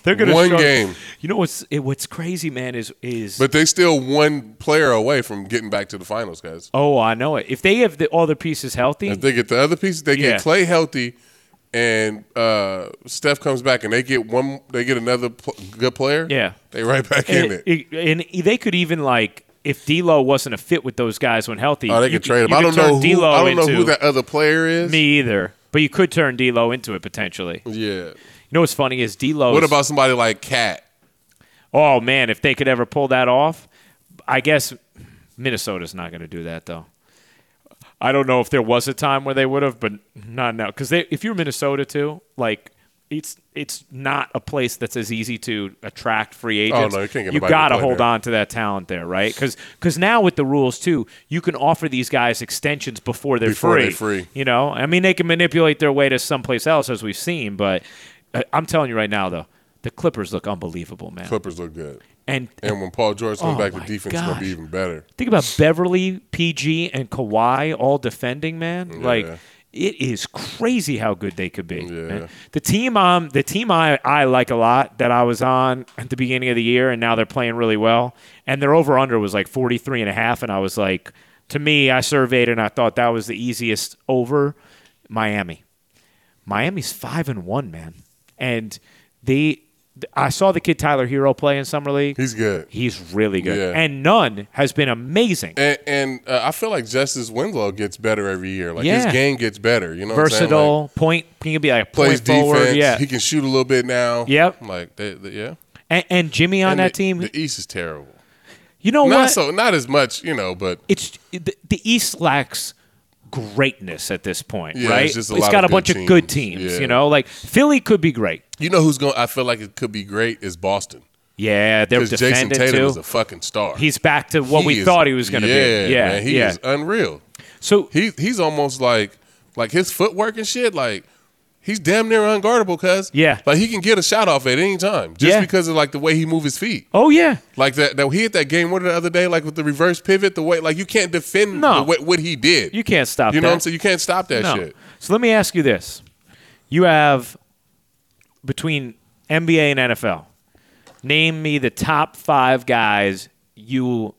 S1: They're gonna
S2: one
S1: struggle.
S2: game.
S1: You know what's it, what's crazy, man, is is
S2: But they still one player away from getting back to the finals, guys.
S1: oh I know it. If they have the, all the pieces healthy,
S2: If they get the other pieces, they
S1: Yeah.
S2: get Clay healthy, and uh, Steph comes back, and they get one, they get another pl- good player.
S1: Yeah.
S2: they right back in it.
S1: and, and they could even like if D'Lo wasn't a fit with those guys when healthy,
S2: Oh, they can
S1: you
S2: trade him.
S1: you
S2: I
S1: could
S2: don't know.
S1: turn
S2: Who,
S1: D'Lo
S2: I don't know who
S1: into-
S2: that other player is.
S1: me either. But you could turn D'Lo into it potentially. You
S2: Yeah.
S1: know what's funny is D'Lo.
S2: What about somebody like Cat?
S1: Oh man, if they could ever pull that off, I guess Minnesota's not going to do that though. I don't know if there was a time where they would have, but not now. Because if you're Minnesota too, like it's it's not a place that's as easy to attract free agents.
S2: Oh, no, you can't get nobody to
S1: got to
S2: play
S1: hold
S2: there.
S1: on to that talent there, right? Because now with the rules too, you can offer these guys extensions before they're
S2: Before
S1: free.
S2: they're free.
S1: You know, I mean, they can manipulate their way to someplace else as we've seen. But uh, I'm telling you right now, though, the Clippers look unbelievable, man.
S2: Clippers look good.
S1: And,
S2: And when Paul George comes
S1: Oh
S2: back,
S1: my
S2: the defense is going to be
S1: gosh.
S2: even better.
S1: think about Beverly, PG, and Kawhi all defending, man. Like it is crazy how good they could be. man. The team um the team I, I like a lot that I was on at the beginning of the year and now they're playing really well. And their over under was like 43 and a half and I was like to me I surveyed and I thought that was the easiest over Miami. Miami's five and one, man. And they I saw the kid Tyler Hero play in summer league.
S2: He's good.
S1: He's really good.
S2: Yeah.
S1: And Nunn has been amazing.
S2: And, and uh, I feel like Justice Winslow gets better every year. Like
S1: Yeah.
S2: his game gets better. You know, what I'm saying?
S1: Versatile, point. He can be like a
S2: Like, plays
S1: point forward.
S2: defense.
S1: Yeah.
S2: He can shoot a little bit now.
S1: Yep.
S2: Like they, they- yeah.
S1: and, and Jimmy on
S2: And
S1: that
S2: the-
S1: team.
S2: The East is terrible.
S1: you know
S2: Not
S1: what?
S2: so. Not as much. You know, but
S1: it's the, the East lacks greatness at this point,
S2: Yeah,
S1: right?
S2: it's just a
S1: it's
S2: lot
S1: got
S2: of
S1: a bunch
S2: good
S1: of good
S2: teams.
S1: teams.
S2: Yeah.
S1: You know, like Philly could be great.
S2: you know who's going? to I feel like it could be great is Boston
S1: Yeah, they're
S2: because Jason
S1: defending
S2: Tatum
S1: too.
S2: is a fucking star.
S1: He's back to what
S2: He
S1: we
S2: is-
S1: thought he was going to be. Yeah,
S2: man, he
S1: yeah.
S2: is unreal.
S1: so
S2: He he's almost like like his footwork and shit. Like he's damn near unguardable, cuz
S1: Yeah.
S2: like he can get a shot off at any time just
S1: Yeah.
S2: because of like the way he move his feet.
S1: oh yeah,
S2: Like that, that he hit that game winner the other day, like with the reverse pivot, the way like you can't defend
S1: No.
S2: the way, what he did.
S1: you can't stop.
S2: you
S1: that.
S2: know what I'm saying? You can't stop that
S1: No.
S2: shit.
S1: So let me ask you this: You have between NBA and NFL, name me the top five guys you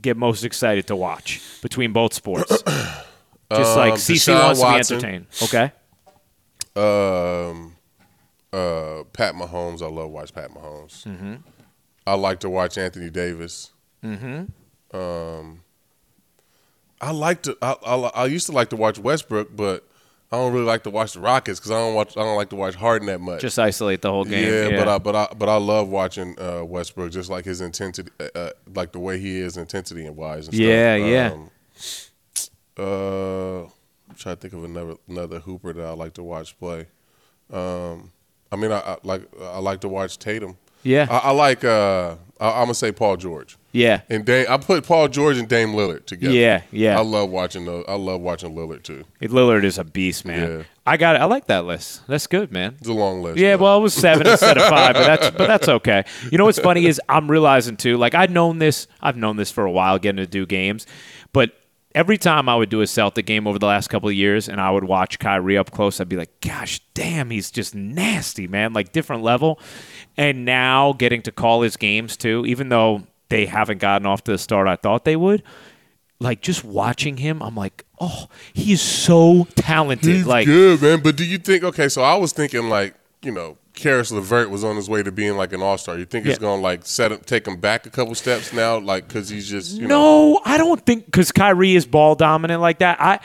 S1: get most excited to watch between both sports. Just like
S2: Um,
S1: CC
S2: Deshaun
S1: wants
S2: Watson.
S1: to be entertained. Okay.
S2: Um, uh, Pat Mahomes, I love watch Pat Mahomes. Mm-hmm. I like to watch Anthony Davis. Mm-hmm. Um, I like to. I, I I used to like to watch Westbrook, but I don't really like to watch the Rockets because I don't watch. I don't like to watch Harden that much.
S1: Just isolate the whole game.
S2: Yeah, but I but I but I love watching uh, Westbrook just like his intensity, uh, uh, like the way he is intensity and wise. And
S1: Yeah,
S2: stuff.
S1: yeah.
S2: Um, uh, I'm trying to think of another another Hooper that I like to watch play. Um, I mean, I, I like I like to watch Tatum.
S1: Yeah.
S2: I, I like. Uh, I, I'm gonna say Paul George.
S1: yeah.
S2: And Dame, I put Paul George and Dame Lillard together.
S1: Yeah, yeah.
S2: I love watching those. I love watching Lillard too.
S1: Lillard is a beast, man.
S2: Yeah.
S1: I got. it. I like that list. That's good, man.
S2: It's a long list.
S1: Yeah,
S2: but-
S1: well, it was seven instead of five, but that's but that's okay. You know what's funny is I'm realizing too. Like I've known this, I've known this for a while, getting to do games, but every time I would do a Celtic game over the last couple of years, and I would watch Kyrie up close, I'd be like, "Gosh, damn, he's just nasty, man! Like different level." And now getting to call his games too, even though they haven't gotten off to the start I thought they would. Like just watching him, I'm like, oh, he is so talented.
S2: He's
S1: like,
S2: good, man. But do you think? Okay, so I was thinking like you know Karis Levert was on his way to being like an all star. You think it's
S1: Yeah.
S2: going to like set him, take him back a couple steps now, like because he's just you know.
S1: No, I don't think because Kyrie is ball dominant like that. I,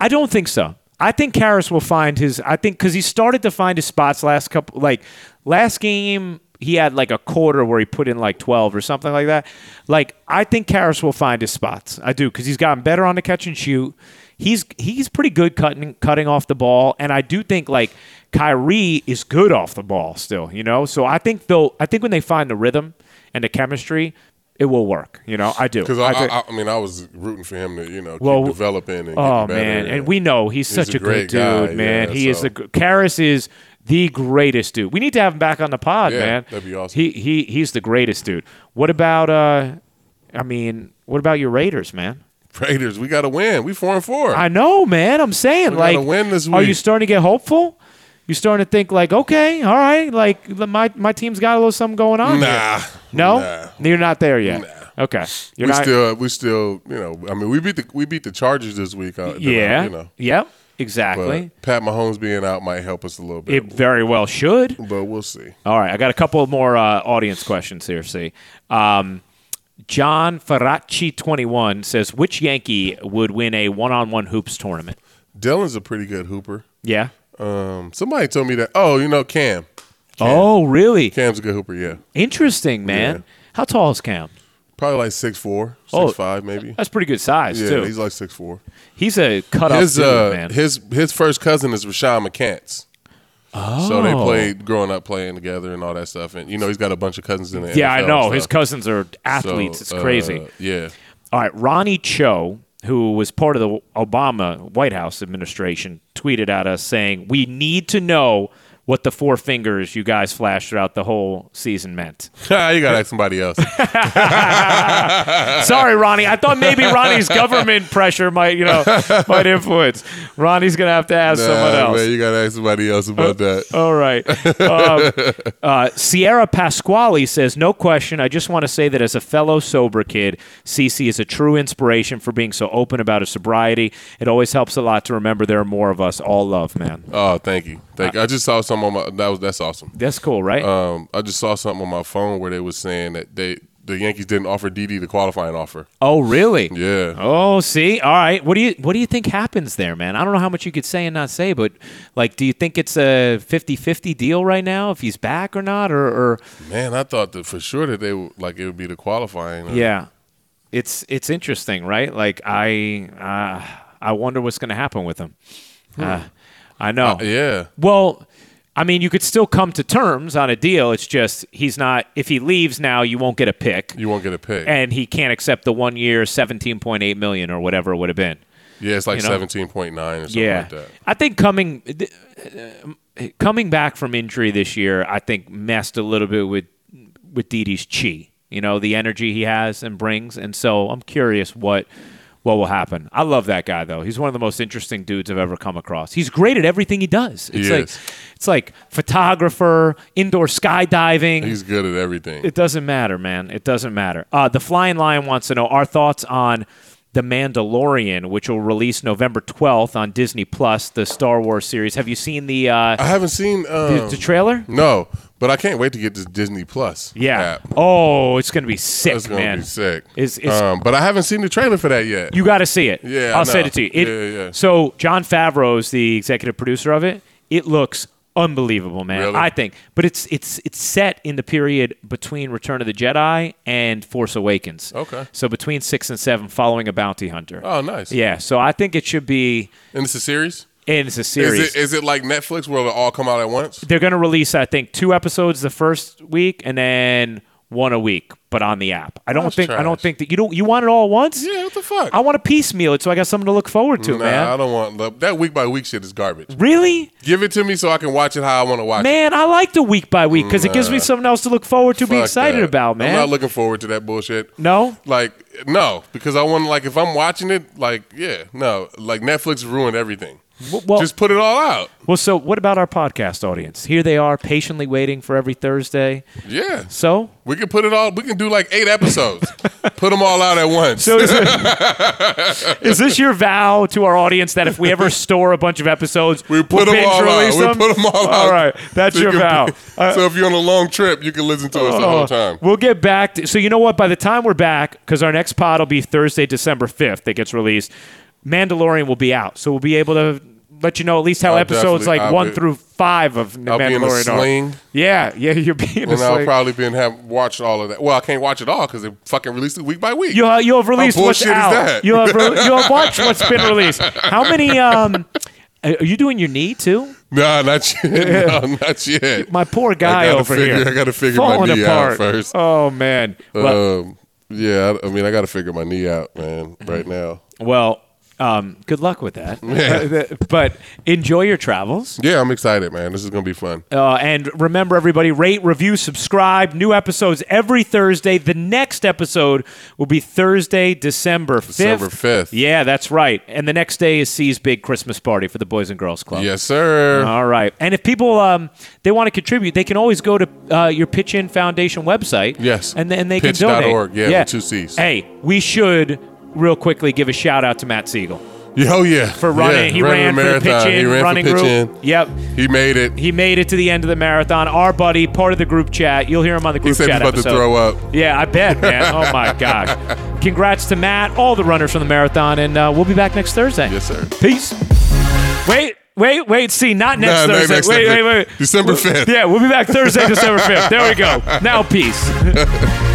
S1: I don't think so. I think Karras will find his. I think because he started to find his spots last couple, like last game he had like a quarter where he put in like twelve or something like that. Like I think Karras will find his spots. I do because he's gotten better on the catch and shoot. He's he's pretty good cutting cutting off the ball, and I do think like Kyrie is good off the ball still. You know, so I think though I think when they find the rhythm and the chemistry. It will work, you know. I do.
S2: Because I,
S1: do.
S2: I, I, mean, I was rooting for him to you know keep
S1: Well,
S2: developing and
S1: Oh
S2: getting better.
S1: man, and we know he's, such
S2: a
S1: a, good
S2: great guy,
S1: dude, man.
S2: yeah,
S1: he is
S2: so-
S1: the gr- Karras is the greatest dude. We need to have him back on the pod,
S2: Yeah,
S1: man.
S2: that'd be awesome.
S1: He he he's the greatest dude. What about uh I mean, what about your Raiders, man?
S2: Raiders, we got to win. We four and four.
S1: I know, man. I'm saying
S2: We
S1: like
S2: gotta win this
S1: Are you
S2: week.
S1: starting to get hopeful? You starting to think like, okay, all right, like my my team's got a little something going on. here.
S2: nah,
S1: No?
S2: Nah.
S1: You're not there yet. Okay. You're
S2: we
S1: not
S2: still, we still, you know, I mean, we beat the we beat the Chargers this week. Uh,
S1: Yeah.
S2: you know,
S1: Yep.
S2: but
S1: Exactly.
S2: Pat Mahomes being out might help us a little bit,
S1: it very well should.
S2: but we'll see.
S1: All right, I got a couple more uh, audience questions here. See, um, John Ferracci twenty one says, which Yankee would win a one on one hoops tournament?
S2: Dylan's a pretty good hooper.
S1: Yeah.
S2: Um, somebody told me that. Oh, you know, Cam.
S1: Oh, really?
S2: Cam's a good hooper. Yeah,
S1: Interesting, man. How tall is Cam?
S2: probably like six four, six
S1: Oh.
S2: five, maybe.
S1: That's pretty good size
S2: Yeah,
S1: too.
S2: he's
S1: He's,
S2: like six four.
S1: a cut up
S2: His
S1: dude,
S2: uh,
S1: man.
S2: his his first cousin is Rashawn McCants. Oh. So they played growing up, playing together and all that stuff. And you know, he's got a bunch of cousins in the
S1: yeah, I
S2: NFL
S1: know.
S2: and
S1: His
S2: stuff.
S1: cousins are athletes.
S2: So,
S1: it's crazy.
S2: uh, yeah.
S1: All right, Ronnie Cho, who was part of the Obama White House administration, tweeted at us saying, "We need to know what the four fingers you guys flashed throughout the whole season meant."
S2: you gotta ask somebody else.
S1: Sorry, Ronnie. I thought maybe Ronnie's government pressure might, you know, might influence. Ronnie's gonna have to ask someone
S2: Nah,
S1: else.
S2: Man, you gotta ask somebody else about that.
S1: All right. Um, uh, Sierra Pasquale says, No question. I just want to say that as a fellow sober kid, Cece is a true inspiration for being so open about his sobriety. It always helps a lot to remember there are more of us. All love, man.
S2: Oh, thank you, thank. you. I just saw some on my. That was that's awesome.
S1: That's cool, right?
S2: Um, I just saw something on my phone where they was saying that they the Yankees didn't offer DD the qualifying offer.
S1: oh, really?
S2: Yeah.
S1: Oh, see, all right. What do you what do you think happens there, man? I don't know how much you could say and not say, but like, do you think it's a 50-50 deal right now if he's back or not, or, or
S2: Man, I thought that for sure that they would like it would be the qualifying. Uh,
S1: Yeah, it's it's interesting, right? Like I uh, I wonder what's going to happen with him. Uh, I know.
S2: Yeah.
S1: Well, I mean, you could still come to terms on a deal. It's just he's not. If he leaves now, you won't get a pick,
S2: You won't get a pick.
S1: and he can't accept the one year seventeen point eight million or whatever it would have been.
S2: yeah, it's like
S1: you know?
S2: seventeen point nine or something like that.
S1: I think coming th- uh, coming back from injury
S2: Mm-hmm.
S1: this year, I think messed a little bit with with Didi's chi. You know, the energy he has and brings, and so I'm curious what what will happen. I love that guy though. He's one of the most interesting dudes I've ever come across. He's great at everything he does. It's like
S2: is.
S1: it's like photographer, indoor skydiving.
S2: He's good at everything.
S1: It doesn't matter, man. It doesn't matter. Uh, the Flying Lion wants to know our thoughts on The Mandalorian, which will release November 12th on Disney Plus, the Star Wars series. Have you seen the uh,
S2: I haven't seen.
S1: the,
S2: Um,
S1: the trailer?
S2: no, but I can't wait to get this Disney Plus.
S1: Yeah.
S2: app.
S1: Oh, it's gonna be sick,
S2: That's gonna
S1: man.
S2: be sick.
S1: It's- it's-
S2: um, but I haven't seen the trailer for that yet.
S1: You got to see it.
S2: Yeah, I
S1: I'll send
S2: know.
S1: it to you. It-
S2: Yeah, yeah.
S1: So John Favreau's the executive producer of it. It looks unbelievable, man.
S2: Really?
S1: I think, but it's it's it's set in the period between Return of the Jedi and Force Awakens.
S2: Okay.
S1: So between six and seven, following a bounty hunter.
S2: oh, nice.
S1: Yeah, so I think it should be,
S2: And it's a series.
S1: and it's a
S2: Is
S1: series.
S2: it, is it like Netflix where it'll all come out at once?
S1: They're going to release, I think, two episodes the first week, and then one a week, but on the app. I don't
S2: That's
S1: think. I don't
S2: trash.
S1: think that you don't. You want it all at once?
S2: Yeah, what the fuck?
S1: I want to piecemeal it, so I got something to look forward to,
S2: nah, I
S1: man.
S2: don't want look, that week by week shit is garbage.
S1: Really,
S2: Give it to me so I can watch it how I want to watch it.
S1: man? I like the week by week because it gives me something else to look forward to, be
S2: Fuck
S1: excited
S2: that.
S1: about, man.
S2: I'm not looking forward to that bullshit.
S1: no,
S2: Like no, because I want like if I'm watching it, like yeah, no, like Netflix ruined everything.
S1: W- Well,
S2: Just put it all out.
S1: well, so what about our podcast audience? Here they are, patiently waiting for every Thursday.
S2: Yeah.
S1: So,
S2: We can put it all. We can do like eight episodes. put them all out at once.
S1: so is, it- is this your vow to our audience that if we ever store a bunch of episodes,
S2: we put
S1: we'll
S2: them all
S1: binge-release
S2: out. We put them all out.
S1: All right, that's
S2: So
S1: your Oh,
S2: you
S1: vow.
S2: can- so if you're on a long trip, you can listen to us the whole time.
S1: Uh-huh. We'll get back to. So you know what? By the time we're back, because our next pod will be Thursday, December fifth, that gets released. Mandalorian will be out, so we'll be able to let you know at least how
S2: I'll
S1: episodes
S2: definitely-
S1: like
S2: I'll
S1: one
S2: be-
S1: through five of
S2: I'll be
S1: Mandalorian
S2: in a
S1: are.
S2: sling.
S1: Yeah, yeah, you're being a
S2: And I'll
S1: sling.
S2: probably been have watched all of that. Well, I can't watch it all because they fucking released it week by week.
S1: you have, you have released what's
S2: bullshit is
S1: out.
S2: that?
S1: You have re- you have watched what's been released. How many? Um, are you doing your knee too?
S2: Nah, not yet. No, not yet.
S1: My poor guy
S2: I gotta
S1: over
S2: figure-
S1: here.
S2: I gotta figure my
S1: falling
S2: knee out
S1: apart.
S2: first.
S1: Oh man. Well,
S2: um, yeah, I I mean, I got to figure my knee out, man,
S1: Mm-hmm.
S2: right now.
S1: Well, um, good luck with that. Uh,
S2: Yeah.
S1: but enjoy your travels.
S2: Yeah, I'm excited, man. This is gonna be fun.
S1: Uh, and remember, everybody, rate, review, subscribe. New episodes every Thursday. The next episode will be Thursday, December 5th.
S2: December 5th.
S1: Yeah, that's right. And the next day is C's Big Christmas Party for the Boys and Girls Club.
S2: Yes, sir.
S1: All right. And if people um, they want to contribute, they can always go to uh, your Pitch In Foundation website.
S2: Yes.
S1: And, th- and they
S2: Pitch
S1: can
S2: dot
S1: donate.
S2: org. Yeah, with two Cs.
S1: Hey, we should real quickly give a shout out to Matt Siegel
S2: Yeah, oh yeah,
S1: for running.
S2: Yeah,
S1: he ran
S2: the
S1: for the pitch
S2: marathon.
S1: in
S2: He ran for
S1: running
S2: pitch
S1: group.
S2: in.
S1: Yep.
S2: He made it. He,
S1: He made it to the end of the marathon. Our buddy, part of the group chat. You'll hear him on the group
S2: said he's
S1: chat
S2: about
S1: episode.
S2: to throw up.
S1: Yeah, I bet, man. oh my gosh. Congrats to Matt, all the runners from the marathon, and uh, we'll be back next Thursday.
S2: Yes, sir.
S1: Peace. Wait, wait, wait. See, not next
S2: Nah, not
S1: Thursday.
S2: next
S1: wait,
S2: Thursday.
S1: wait, wait.
S2: December 5th.
S1: Yeah, we'll be back Thursday, December 5th. There we go. Now, peace.